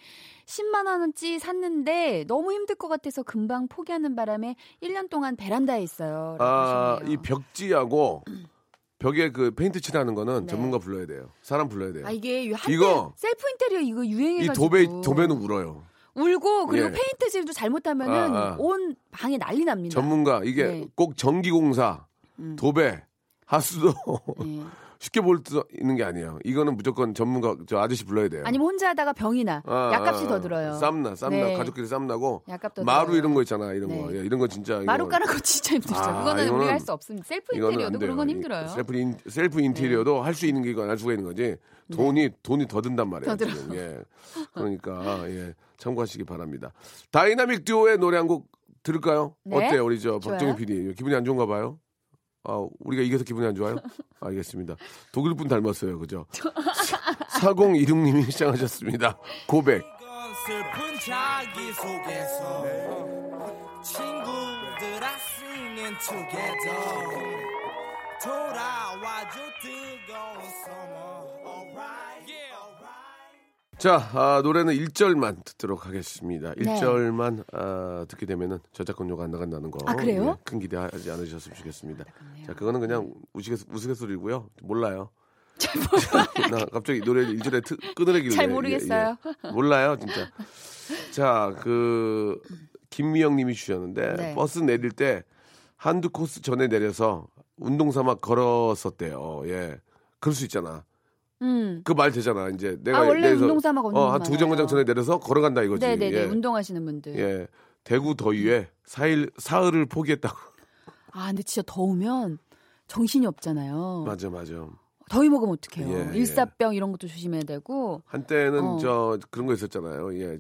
Speaker 7: 10만원어치 샀는데 너무 힘들 것 같아서 금방 포기하는 바람에 1년 동안 베란다에 있어요. 라고
Speaker 3: 아,
Speaker 7: 하셨네요.
Speaker 3: 이 벽지하고
Speaker 7: <clears throat>
Speaker 3: 벽에 그 페인트 칠하는 거는
Speaker 7: 네.
Speaker 3: 전문가 불러야 돼요. 사람 불러야 돼요.
Speaker 7: 아, 이게 한때
Speaker 3: 이거-
Speaker 7: 셀프 인테리어 이거
Speaker 3: 이
Speaker 7: 유행해가지고
Speaker 3: 도배 도배는 울어요.
Speaker 7: 울고 그리고
Speaker 3: 예.
Speaker 7: 페인트질도 잘못하면은
Speaker 3: 아, 아.
Speaker 7: 온 방에 난리 납니다.
Speaker 3: 전문가 이게
Speaker 7: 네.
Speaker 3: 꼭 전기공사,
Speaker 7: 음.
Speaker 3: 도배, 하수도 <laughs>
Speaker 7: 예.
Speaker 3: 쉽게 볼 수 있는 게 아니에요. 이거는 무조건 전문가 저 아저씨 불러야 돼요.
Speaker 7: 아니면 혼자 하다가 병이 나.
Speaker 3: 아,
Speaker 7: 약값이
Speaker 3: 아,
Speaker 7: 더
Speaker 3: 아.
Speaker 7: 들어요.
Speaker 3: 쌈나, 쌈나
Speaker 7: 네.
Speaker 3: 가족끼리 쌈나고
Speaker 7: 약값 더
Speaker 3: 마루
Speaker 7: 들어요.
Speaker 3: 이런 거 있잖아, 이런
Speaker 7: 네.
Speaker 3: 거. 예, 이런 거 진짜 이거-
Speaker 7: 마루 까는 거 진짜 힘들죠.
Speaker 3: 아,
Speaker 7: 그거는
Speaker 3: 이거는-
Speaker 7: 우리가 할 수 없습니다. 셀프
Speaker 3: 이거는 안
Speaker 7: 인테리어도 그런 건
Speaker 3: 돼요.
Speaker 7: 힘들어요. 네.
Speaker 3: 이- 셀프 인, 셀프 인테리어도 할 수 있는 게 이건 알 수가 있는 거지. 돈이 돈이 더 든단 말이에요.
Speaker 7: 더 들어요.
Speaker 3: 지금. 예. 그러니까 예. 참고하시기 바랍니다. 다이나믹 듀오의 노래 한 곡 들을까요?
Speaker 7: 네.
Speaker 3: 어때요, 우리 저 박정희
Speaker 7: 좋아요.
Speaker 3: PD? 기분이 안 좋은가 봐요. 아, 우리가 이겨서 기분이 안
Speaker 7: <laughs>
Speaker 3: 좋아요? 알겠습니다. 독일 분 닮았어요, 그죠? 4016님이 시작하셨습니다. 고백.
Speaker 4: 이건 슬픈 자기소개서 친구들아 singing together 돌아와줘 뜨거운 summer alright alright
Speaker 3: 자, 아, 노래는 1절만 듣도록 하겠습니다.
Speaker 7: 네.
Speaker 3: 1절만 아, 듣게 되면은 저작권료가 안 나간다는 거.
Speaker 7: 아, 그래요?
Speaker 3: 예, 큰 기대하지 않으셨으면 좋겠습니다. 자, 그거는 그냥 우스갯, 우스갯소리고요.
Speaker 7: <laughs>
Speaker 3: 몰라요. 나 갑자기 노래 1절에 트, 끊으려길래.
Speaker 7: 잘 모르겠어요.
Speaker 3: 예, 예. 몰라요, 진짜. 자, 그 김미영 님이 주셨는데
Speaker 7: 네.
Speaker 3: 버스 내릴 때 한두 코스 전에 내려서 운동 삼아 걸었었대요. 예. 그럴 수 있잖아.
Speaker 7: 음.
Speaker 3: 그 말 되잖아. 이제 내가
Speaker 7: 아, 원래
Speaker 3: 내려서-
Speaker 7: 운동 삼아 걷는
Speaker 3: 어,
Speaker 7: 거
Speaker 3: 한두
Speaker 7: 많아요.
Speaker 3: 정거장 전에 내려서 걸어간다 이거지.
Speaker 7: 네네네.
Speaker 3: 예.
Speaker 7: 운동하시는 분들.
Speaker 3: 예. 대구 더위에 사일 사흘을 포기했다고. <laughs>
Speaker 7: 아, 근데 진짜 더우면 정신이 없잖아요.
Speaker 3: 맞아 맞아.
Speaker 7: 더위 먹으면 어떡해요.
Speaker 3: 예, 예.
Speaker 7: 일사병 이런 것도 조심해야 되고.
Speaker 3: 한때는
Speaker 7: 어.
Speaker 3: 저 그런 거 있었잖아요. 예.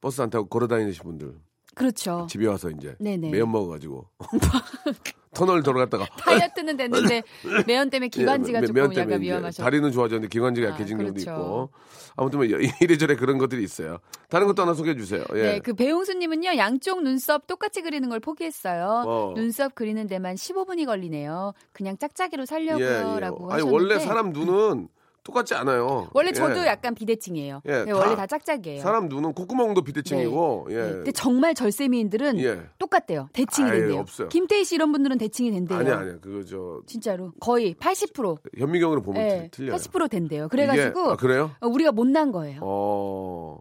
Speaker 3: 버스 안 타고 걸어 다니시는 분들
Speaker 7: 그렇죠.
Speaker 3: 집에 와서 이제
Speaker 7: 네네.
Speaker 3: 매연 먹어
Speaker 7: <laughs>
Speaker 3: 가지고 터널 돌아갔다가
Speaker 7: 다이어트는
Speaker 3: <laughs>
Speaker 7: 됐는데 매연 때문에 <laughs> 기관지가
Speaker 3: 예, 매-
Speaker 7: 조금
Speaker 3: 매연 때문에
Speaker 7: 약간
Speaker 3: 이제
Speaker 7: 위험하셔.
Speaker 3: 다리는 좋아졌는데 기관지가
Speaker 7: 아,
Speaker 3: 약해진 경우도
Speaker 7: 그렇죠.
Speaker 3: 있고 아무튼 뭐 <laughs> 이래저래 그런 것들이 있어요. 다른 것도 하나 소개해 주세요. 예.
Speaker 7: 네, 그 배용수님은요 양쪽 눈썹 똑같이 그리는 걸 포기했어요.
Speaker 3: 어.
Speaker 7: 눈썹 그리는 데만 15분이 걸리네요. 그냥 짝짝이로 살려고요라고
Speaker 3: 예, 아니
Speaker 7: 하셨는데.
Speaker 3: 원래 사람 눈은 <laughs> 똑같지 않아요.
Speaker 7: 원래
Speaker 3: 예.
Speaker 7: 저도 약간 비대칭이에요.
Speaker 3: 예,
Speaker 7: 네,
Speaker 3: 다-
Speaker 7: 원래 다 짝짝이에요.
Speaker 3: 사람 눈은 콧구멍도 비대칭이고 예.
Speaker 7: 네, 근데 정말 절세미인들은
Speaker 3: 예.
Speaker 7: 똑같대요. 대칭이
Speaker 3: 아예
Speaker 7: 된대요.
Speaker 3: 없어요.
Speaker 7: 김태희 씨 이런 분들은 대칭이 된대요.
Speaker 3: 아니야 아니야 그거 저
Speaker 7: 진짜로 거의 80%.
Speaker 3: 현미경으로 보면
Speaker 7: 예,
Speaker 3: 틀- 틀려요.
Speaker 7: 80% 된대요.
Speaker 3: 이게-
Speaker 7: 그래가지고
Speaker 3: 아, 그래요?
Speaker 7: 어, 우리가 못난 거예요.
Speaker 3: 어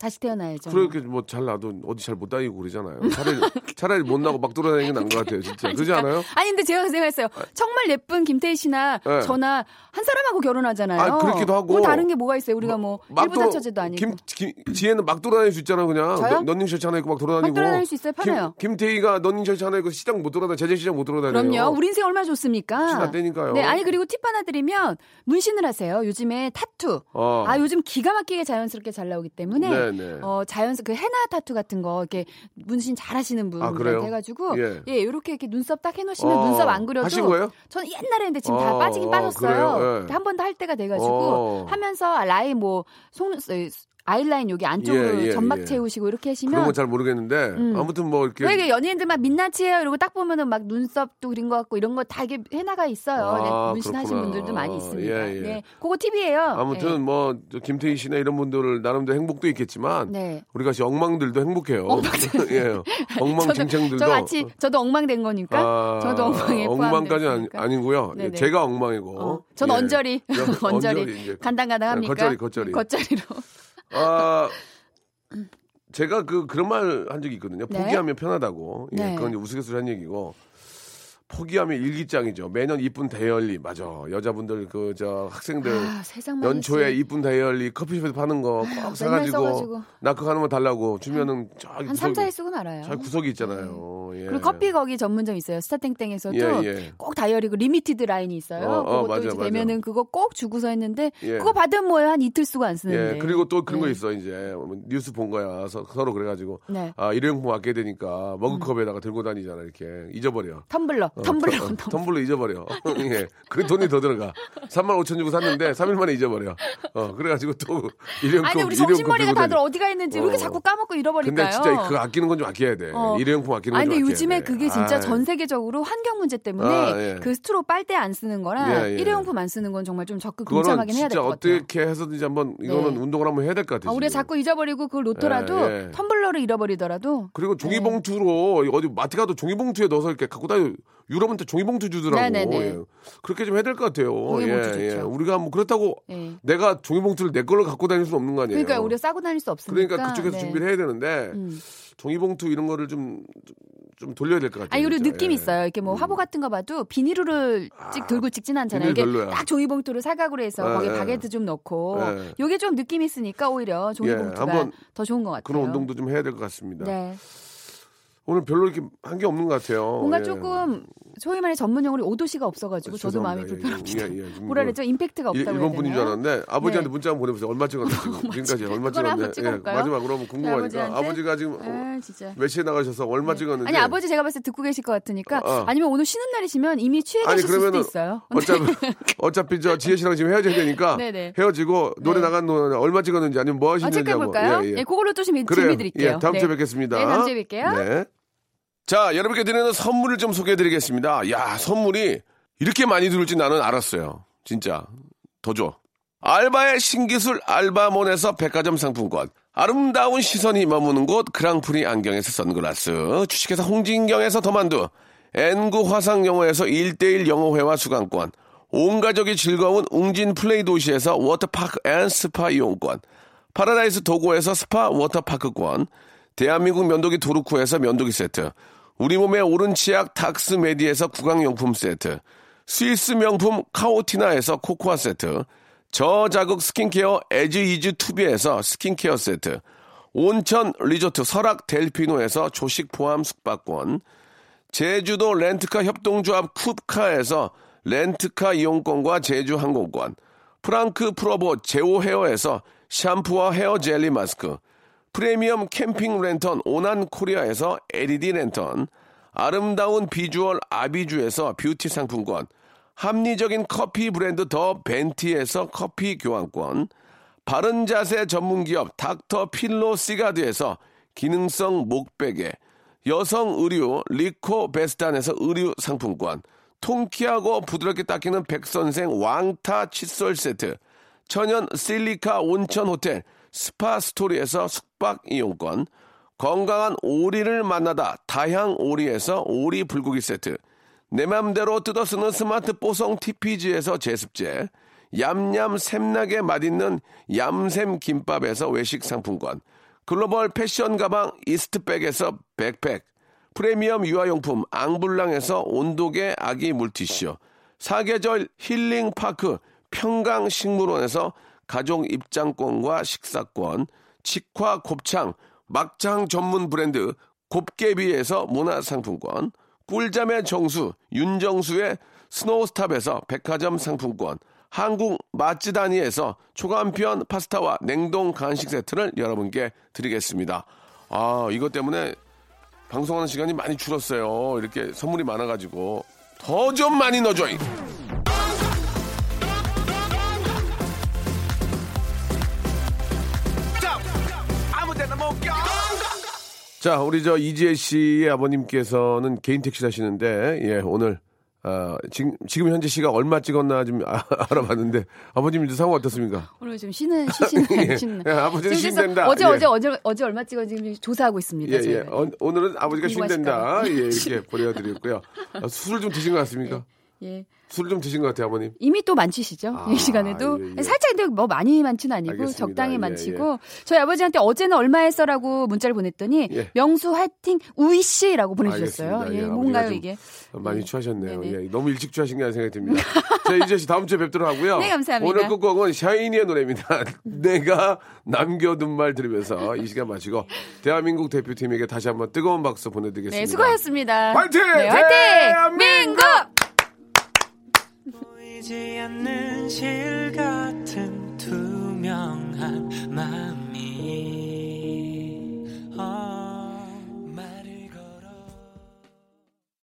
Speaker 7: 다시 태어나야죠.
Speaker 3: 그렇게 뭐 잘 나도 어디 잘 못 다니고 그러잖아요.
Speaker 7: <laughs>
Speaker 3: 차라리 차라리 못 나고 막 돌아다니는 게 나은 것 같아요, 진짜. 그러지 않아요?
Speaker 7: 아니 근데 제가 그 생각했어요. 정말 예쁜 김태희 씨나
Speaker 3: 네.
Speaker 7: 저나 한 사람하고 결혼하잖아요.
Speaker 3: 아, 그렇기도 하고.
Speaker 7: 뭐 다른 게 뭐가 있어요? 우리가 뭐 일부
Speaker 3: 돌아-
Speaker 7: 다처제도 아니고.
Speaker 3: 김, 김- 지혜는 막 돌아다닐 수 있잖아 그냥
Speaker 7: 저요?
Speaker 3: 런닝 셔츠 하나 입고 막 돌아다니고
Speaker 7: 막 돌아다닐 수 있어요, 편해요.
Speaker 3: 김, 태희가 런닝 셔츠 하나 입고 시장 못 돌아다니 제재 시장 못 돌아다녀요
Speaker 7: 그럼요. 우리 인생 얼마나 좋습니까?
Speaker 3: 시간 되니까요.
Speaker 7: 네, 아니 그리고 팁 하나 드리면 문신을 하세요. 요즘에 타투.
Speaker 3: 어.
Speaker 7: 아 요즘 기가 막히게 자연스럽게 잘 나오기 때문에
Speaker 3: 네, 네.
Speaker 7: 어 자연 그 헤나 타투 같은 거 이렇게 문신 잘하시는 분
Speaker 3: 아, 그래요?
Speaker 7: 해가지고
Speaker 3: 예.
Speaker 7: 예 이렇게 이렇게 눈썹 딱 해놓으시면
Speaker 3: 어,
Speaker 7: 눈썹 안 그려도
Speaker 3: 하신 거예요?
Speaker 7: 저는 옛날에 했는데 지금
Speaker 3: 어,
Speaker 7: 다 빠지긴
Speaker 3: 어, 그래요?
Speaker 7: 빠졌어요.
Speaker 3: 예.
Speaker 7: 한 번 더 할 때가 돼가지고
Speaker 3: 어.
Speaker 7: 하면서 라인 뭐 속, 아이라인 여기 안쪽으로
Speaker 3: 예, 예,
Speaker 7: 점막
Speaker 3: 예.
Speaker 7: 채우시고
Speaker 3: 그런
Speaker 7: 이렇게 하시면
Speaker 3: 건 잘 모르겠는데 아무튼 뭐 이렇게
Speaker 7: 음. 왜 이게 연예인들 막 민낯이에요? 이러고 딱 보면은 막 눈썹도 그린 것 같고 이런 거 다 이게 해나가 있어요.
Speaker 3: 아,
Speaker 7: 네, 문신하신
Speaker 3: 그렇구나.
Speaker 7: 분들도 많이 있습니다.
Speaker 3: 예, 예.
Speaker 7: 네, 그거 팁이에요.
Speaker 3: 아무튼 뭐저 김태희 씨나 이런 분들 나름대로 행복도 있겠지만
Speaker 7: 네.
Speaker 3: 우리 같이 엉망들도 행복해요. <laughs> 예, 엉망진창들도
Speaker 7: <laughs> 저도 같이 저도 엉망된 거니까
Speaker 3: 아,
Speaker 7: 저도 엉망에
Speaker 3: 엉망까지는 아니-
Speaker 7: 포함됐으니까.
Speaker 3: 아니고요. 예,
Speaker 7: 네네.
Speaker 3: 제가 엉망이고.
Speaker 7: 어, 전
Speaker 3: 예.
Speaker 7: 언저리, <laughs>
Speaker 3: 저-
Speaker 7: 언저리,
Speaker 3: 이제.
Speaker 7: 간당간당합니까?
Speaker 3: 겉절이, 겉절이.
Speaker 7: 겉절이로.
Speaker 3: 아, 제가 그 그런 말 한 적이 있거든요.
Speaker 7: 음. 네.
Speaker 3: 포기하면 편하다고. 예,
Speaker 7: 네.
Speaker 3: 그건 이제 우스갯소리 한 얘기고. 포기하면 일기장이죠. 매년 이쁜 대열리 맞아. 여자분들 그 저 학생들
Speaker 7: 아, 세상만
Speaker 3: 연초에 이쁜 다이얼리 커피숍에서 파는 거 꼭
Speaker 7: 맨날
Speaker 3: 사가지고
Speaker 7: 써가지고. 음.
Speaker 3: 나 그거 하나만 달라고 주면은 저기
Speaker 7: 한 3,
Speaker 3: 구석에
Speaker 7: 4일 쓰고 말아요. 네.
Speaker 3: 저 구석이 있잖아요. 예.
Speaker 7: 그리고 커피 거기 전문점 있어요. 스타땡땡에서도
Speaker 3: 예, 예.
Speaker 7: 꼭 다이어리고 리미티드 라인이 있어요.
Speaker 3: 어, 어,
Speaker 7: 그것도
Speaker 3: 맞아,
Speaker 7: 이제
Speaker 3: 맞아.
Speaker 7: 되면은 그거 꼭 주고서 했는데
Speaker 3: 예.
Speaker 7: 그거 받으면 뭐예요? 한 이틀 쓰고 안 쓰는데.
Speaker 3: 예 그리고 또 그런 거
Speaker 7: 네.
Speaker 3: 있어 이제 뭐 뉴스 본 거야 서, 로 그래가지고
Speaker 7: 네. 음.
Speaker 3: 아 일회용품 아껴야 되니까 머그컵에다가 들고 다니잖아 이렇게 잊어버려.
Speaker 7: 텀블러,
Speaker 3: 어,
Speaker 7: 텀블러,
Speaker 3: 텀-
Speaker 7: 텀블러.
Speaker 3: 텀블러 잊어버려. <laughs> 예. 그 돈이 더 들어가. 3만 5천 주고 샀는데 3일 만에 잊어버려. 어, 그래가지고 또
Speaker 7: <laughs>
Speaker 3: 일회용품
Speaker 7: 아니 우리
Speaker 3: 일회용품
Speaker 7: 정신머리가
Speaker 3: 들고
Speaker 7: 다들
Speaker 3: 다니-
Speaker 7: 어디가 있는지 이렇게
Speaker 3: 그 어.
Speaker 7: 자꾸 까먹고 잃어버릴까요?
Speaker 3: 근데 진짜 그 아끼는 건 좀 아껴야 돼.
Speaker 7: 어.
Speaker 3: 일회용품 아끼는 건
Speaker 7: 아니
Speaker 3: 좀
Speaker 7: 근데
Speaker 3: 아껴야
Speaker 7: 요즘에
Speaker 3: 돼.
Speaker 7: 그게 진짜
Speaker 3: 아이.
Speaker 7: 전 세계적으로 환경 문제 때문에
Speaker 3: 아, 예.
Speaker 7: 그 스트로 빨대 안 쓰는 거랑
Speaker 3: 예, 예.
Speaker 7: 일회용품 안 쓰는 건 정말 좀 적극
Speaker 3: 그거는
Speaker 7: 동참하긴 해야 될
Speaker 3: 진짜
Speaker 7: 것 같아요.
Speaker 3: 어떻게 해서든지 한번 이거는
Speaker 7: 네.
Speaker 3: 운동을 한번 해야 될 것
Speaker 7: 아,
Speaker 3: 같아요.
Speaker 7: 우리가
Speaker 3: 지금.
Speaker 7: 자꾸 잊어버리고 그걸 놓더라도
Speaker 3: 예, 예.
Speaker 7: 텀블러를 잃어버리더라도
Speaker 3: 그리고 종이봉투로 어디 마트 가도 종이봉투에 넣어서 이렇게 갖고 다니 유럽한테 종이봉투 주더라고.
Speaker 7: 네, 네, 네.
Speaker 3: 예. 그렇게 좀 해야 될 것 같아요.
Speaker 7: 종이봉투
Speaker 3: 예, 예.
Speaker 7: 좋죠.
Speaker 3: 우리가 뭐 그렇다고
Speaker 7: 예.
Speaker 3: 내가 종이봉투를 내 걸로 갖고 다닐 수는 없는 거 아니에요.
Speaker 7: 그러니까 우리가 싸고 다닐 수 없으니까.
Speaker 3: 그러니까 그쪽에서
Speaker 7: 네.
Speaker 3: 준비를 해야 되는데 종이봉투 이런 거를 좀, 좀 돌려야 될 것 같아요.
Speaker 7: 아니 그리고
Speaker 3: 진짜.
Speaker 7: 느낌
Speaker 3: 예.
Speaker 7: 이
Speaker 3: 아,
Speaker 7: 있어요. 이렇게 뭐 화보 같은 거 봐도 비닐로를 찍 들고 찍진 않잖아요.
Speaker 3: 비닐
Speaker 7: 이게
Speaker 3: 별로야.
Speaker 7: 딱 종이봉투를 사각으로 해서
Speaker 3: 예,
Speaker 7: 거기에
Speaker 3: 예.
Speaker 7: 바게트 좀 넣고
Speaker 3: 예.
Speaker 7: 요게 좀 느낌 있으니까 오히려 종이봉투가
Speaker 3: 한번
Speaker 7: 더 좋은 것 같아요.
Speaker 3: 그런 운동도 좀 해야 될 것 같습니다.
Speaker 7: 네.
Speaker 3: 오늘 별로 이렇게 한 게 없는 것 같아요.
Speaker 7: 뭔가
Speaker 3: 예.
Speaker 7: 조금 소위 말해 전문 용어로 오도시가 없어가지고 저도 마음이
Speaker 3: 죄송합니다. 예,
Speaker 7: 불편합니다.
Speaker 3: 예, 예, 예.
Speaker 7: 뭐라 그랬죠? 임팩트가
Speaker 3: 일-
Speaker 7: 없다고
Speaker 3: 일본 분인 줄
Speaker 7: 해야 되나요?
Speaker 3: 알았는데 아버지한테
Speaker 7: 네.
Speaker 3: 문자 한번 보내보세요. 얼마
Speaker 7: <laughs>
Speaker 3: 찍었나 지금 지금까지 얼마
Speaker 7: 그걸
Speaker 3: 찍었는데 예,
Speaker 7: 한번 찍어볼까요?
Speaker 3: 마지막으로 한번 궁금하니까
Speaker 7: 아버지한테?
Speaker 3: 아버지가 지금 어,
Speaker 7: 아, 진짜.
Speaker 3: 몇 시에 나가셔서 얼마 찍었는지
Speaker 7: 아니 아버지 제가 봤을 때 듣고 계실 것 같으니까
Speaker 3: 어.
Speaker 7: 아니면 오늘 쉬는 날이시면 이미 취해
Speaker 3: 아니,
Speaker 7: 계실 수도
Speaker 3: 그러면은
Speaker 7: 있어요. 네.
Speaker 3: 어차피 <laughs> 어차피 저 지혜 씨랑 지금 헤어져야 되니까
Speaker 7: <laughs> 네네.
Speaker 3: 헤어지고 노래
Speaker 7: 네.
Speaker 3: 나간 노래 얼마 찍었는지 아니면 뭐
Speaker 7: 어,
Speaker 3: 하시는지 한번
Speaker 7: 체크해볼까요?
Speaker 3: 예, 예.
Speaker 7: 네, 그걸로 좀
Speaker 3: 그래요.
Speaker 7: 준비 드릴게요.
Speaker 3: 예, 다음 주에
Speaker 7: 네.
Speaker 3: 뵙겠습니다.
Speaker 7: 네, 다음 주에 뵐게요.
Speaker 3: 네. 자, 여러분께 드리는 선물을 좀 소개해 드리겠습니다. 야, 선물이 이렇게 많이 들을지 나는 알았어요. 진짜. 더 줘. 알바의 신기술 알바몬에서 백화점 상품권. 아름다운 시선이 머무는 곳 그랑프리 안경에서 선글라스. 주식회사 홍진경에서 더만두. N구 화상영어에서 1대1 영어회화 수강권. 온 가족이 즐거운 웅진 플레이 도시에서 워터파크 앤 스파 이용권. 파라다이스 도고에서 스파 워터파크권, 대한민국 면도기 도루코에서 면도기 세트, 우리 몸의 오른 치약 닥스메디에서 구강용품 세트, 스위스 명품 카오티나에서 코코아 세트, 저자극 스킨케어 에즈이즈 투비에서 스킨케어 세트, 온천 리조트 설악 델피노에서 조식 포함 숙박권, 제주도 렌트카 협동조합 쿱카에서 렌트카 이용권과 제주 항공권, 프랑크 프로보 제오 헤어에서 샴푸와 헤어 젤리 마스크, 프리미엄 캠핑 랜턴 오난 코리아에서 LED 랜턴, 아름다운 비주얼 아비주에서 뷰티 상품권, 합리적인 커피 브랜드 더 벤티에서 커피 교환권, 바른 자세 전문 기업 닥터 필로 시가드에서 기능성 목베개, 여성 의류 리코 베스탄에서 의류 상품권, 통키하고 부드럽게 닦이는 백선생 왕타 칫솔 세트, 천연 실리카 온천 호텔 스파 스토리에서 숙박 이용권, 건강한 오리를 만나다 다향 오리에서 오리 불고기 세트, 내 맘대로 뜯어쓰는 스마트 뽀송 TPG에서 제습제, 얌얌 샘나게 맛있는 얌샘 김밥에서 외식 상품권, 글로벌 패션 가방 이스트백에서 백팩, 프리미엄 유아용품 앙블랑에서 온도계 아기 물티슈, 사계절 힐링파크 평강식물원에서 가족 입장권과 식사권, 직화 곱창, 막창 전문 브랜드 곱개비에서 문화상품권, 꿀잠의 정수 윤정수의 스노우스탑에서 백화점 상품권, 한국 맛지다니에서 초간편 파스타와 냉동 간식 세트를 여러분께 드리겠습니다. 아 이것 때문에 방송하는 시간이 많이 줄었어요. 이렇게 선물이 많아가지고 더 좀 많이 넣어줘잉. 자, 우리 저 이지혜 씨의 아버님께서는 개인 택시 하시는데, 예, 오늘, 아, 지금, 지금 현재 씨가 얼마 찍었나 좀 아, <laughs> 알아봤는데, 아버님 이제 상황 어떻습니까?
Speaker 7: 오늘 좀 쉬는 <laughs> 쉬시는 쉬는.
Speaker 3: 예, 아버지는
Speaker 7: 지금
Speaker 3: 쉬신댄다.
Speaker 7: 어제
Speaker 3: 예.
Speaker 7: 어제 어제 어제 얼마 찍었는지 조사하고 있습니다.
Speaker 3: 예, 예.
Speaker 7: 네, 저희가.
Speaker 3: 어, 오늘은 아버지가
Speaker 7: 이거
Speaker 3: 쉰댄다. 예,
Speaker 7: 하실까요?
Speaker 3: 이렇게 보내드렸고요. 아, 술을 좀 드신 것 같습니까?
Speaker 7: 예.
Speaker 3: 술 좀 드신 것 같아요, 아버님.
Speaker 7: 이미 또 만취시죠
Speaker 3: 아,
Speaker 7: 이 시간에도
Speaker 3: 예, 예.
Speaker 7: 살짝 근데 뭐 많이 많지는 아니고
Speaker 3: 알겠습니다.
Speaker 7: 적당히
Speaker 3: 예,
Speaker 7: 만취고 저희 아버지한테 어제는 얼마 했어라고 문자를 보내더니
Speaker 3: 예.
Speaker 7: 명수 화이팅 우이 씨라고 보내주셨어요.
Speaker 3: 알겠습니다.
Speaker 7: 예,
Speaker 3: 예, 아버지가
Speaker 7: 뭔가요
Speaker 3: 좀
Speaker 7: 이게?
Speaker 3: 많이
Speaker 7: 예.
Speaker 3: 취하셨네요.
Speaker 7: 네네.
Speaker 3: 예, 너무 일찍 취하신 게 아니라 생각이 듭니다. <laughs> 자, 이재 씨 다음 주에 뵙도록 하고요.
Speaker 7: 네, 감사합니다.
Speaker 3: 오늘 끝곡은 샤이니의 노래입니다. <laughs> 내가 남겨둔 말 들으면서 이 시간 마치고 대한민국 대표팀에게 다시 한번 뜨거운 박수 보내드리겠습니다.
Speaker 7: 네 수고하셨습니다.
Speaker 3: 화이팅!
Speaker 7: 네, 화이팅!
Speaker 3: 대한민국!
Speaker 7: 민국!
Speaker 9: 보이지 않는 실 같은 투명한 마음이 어,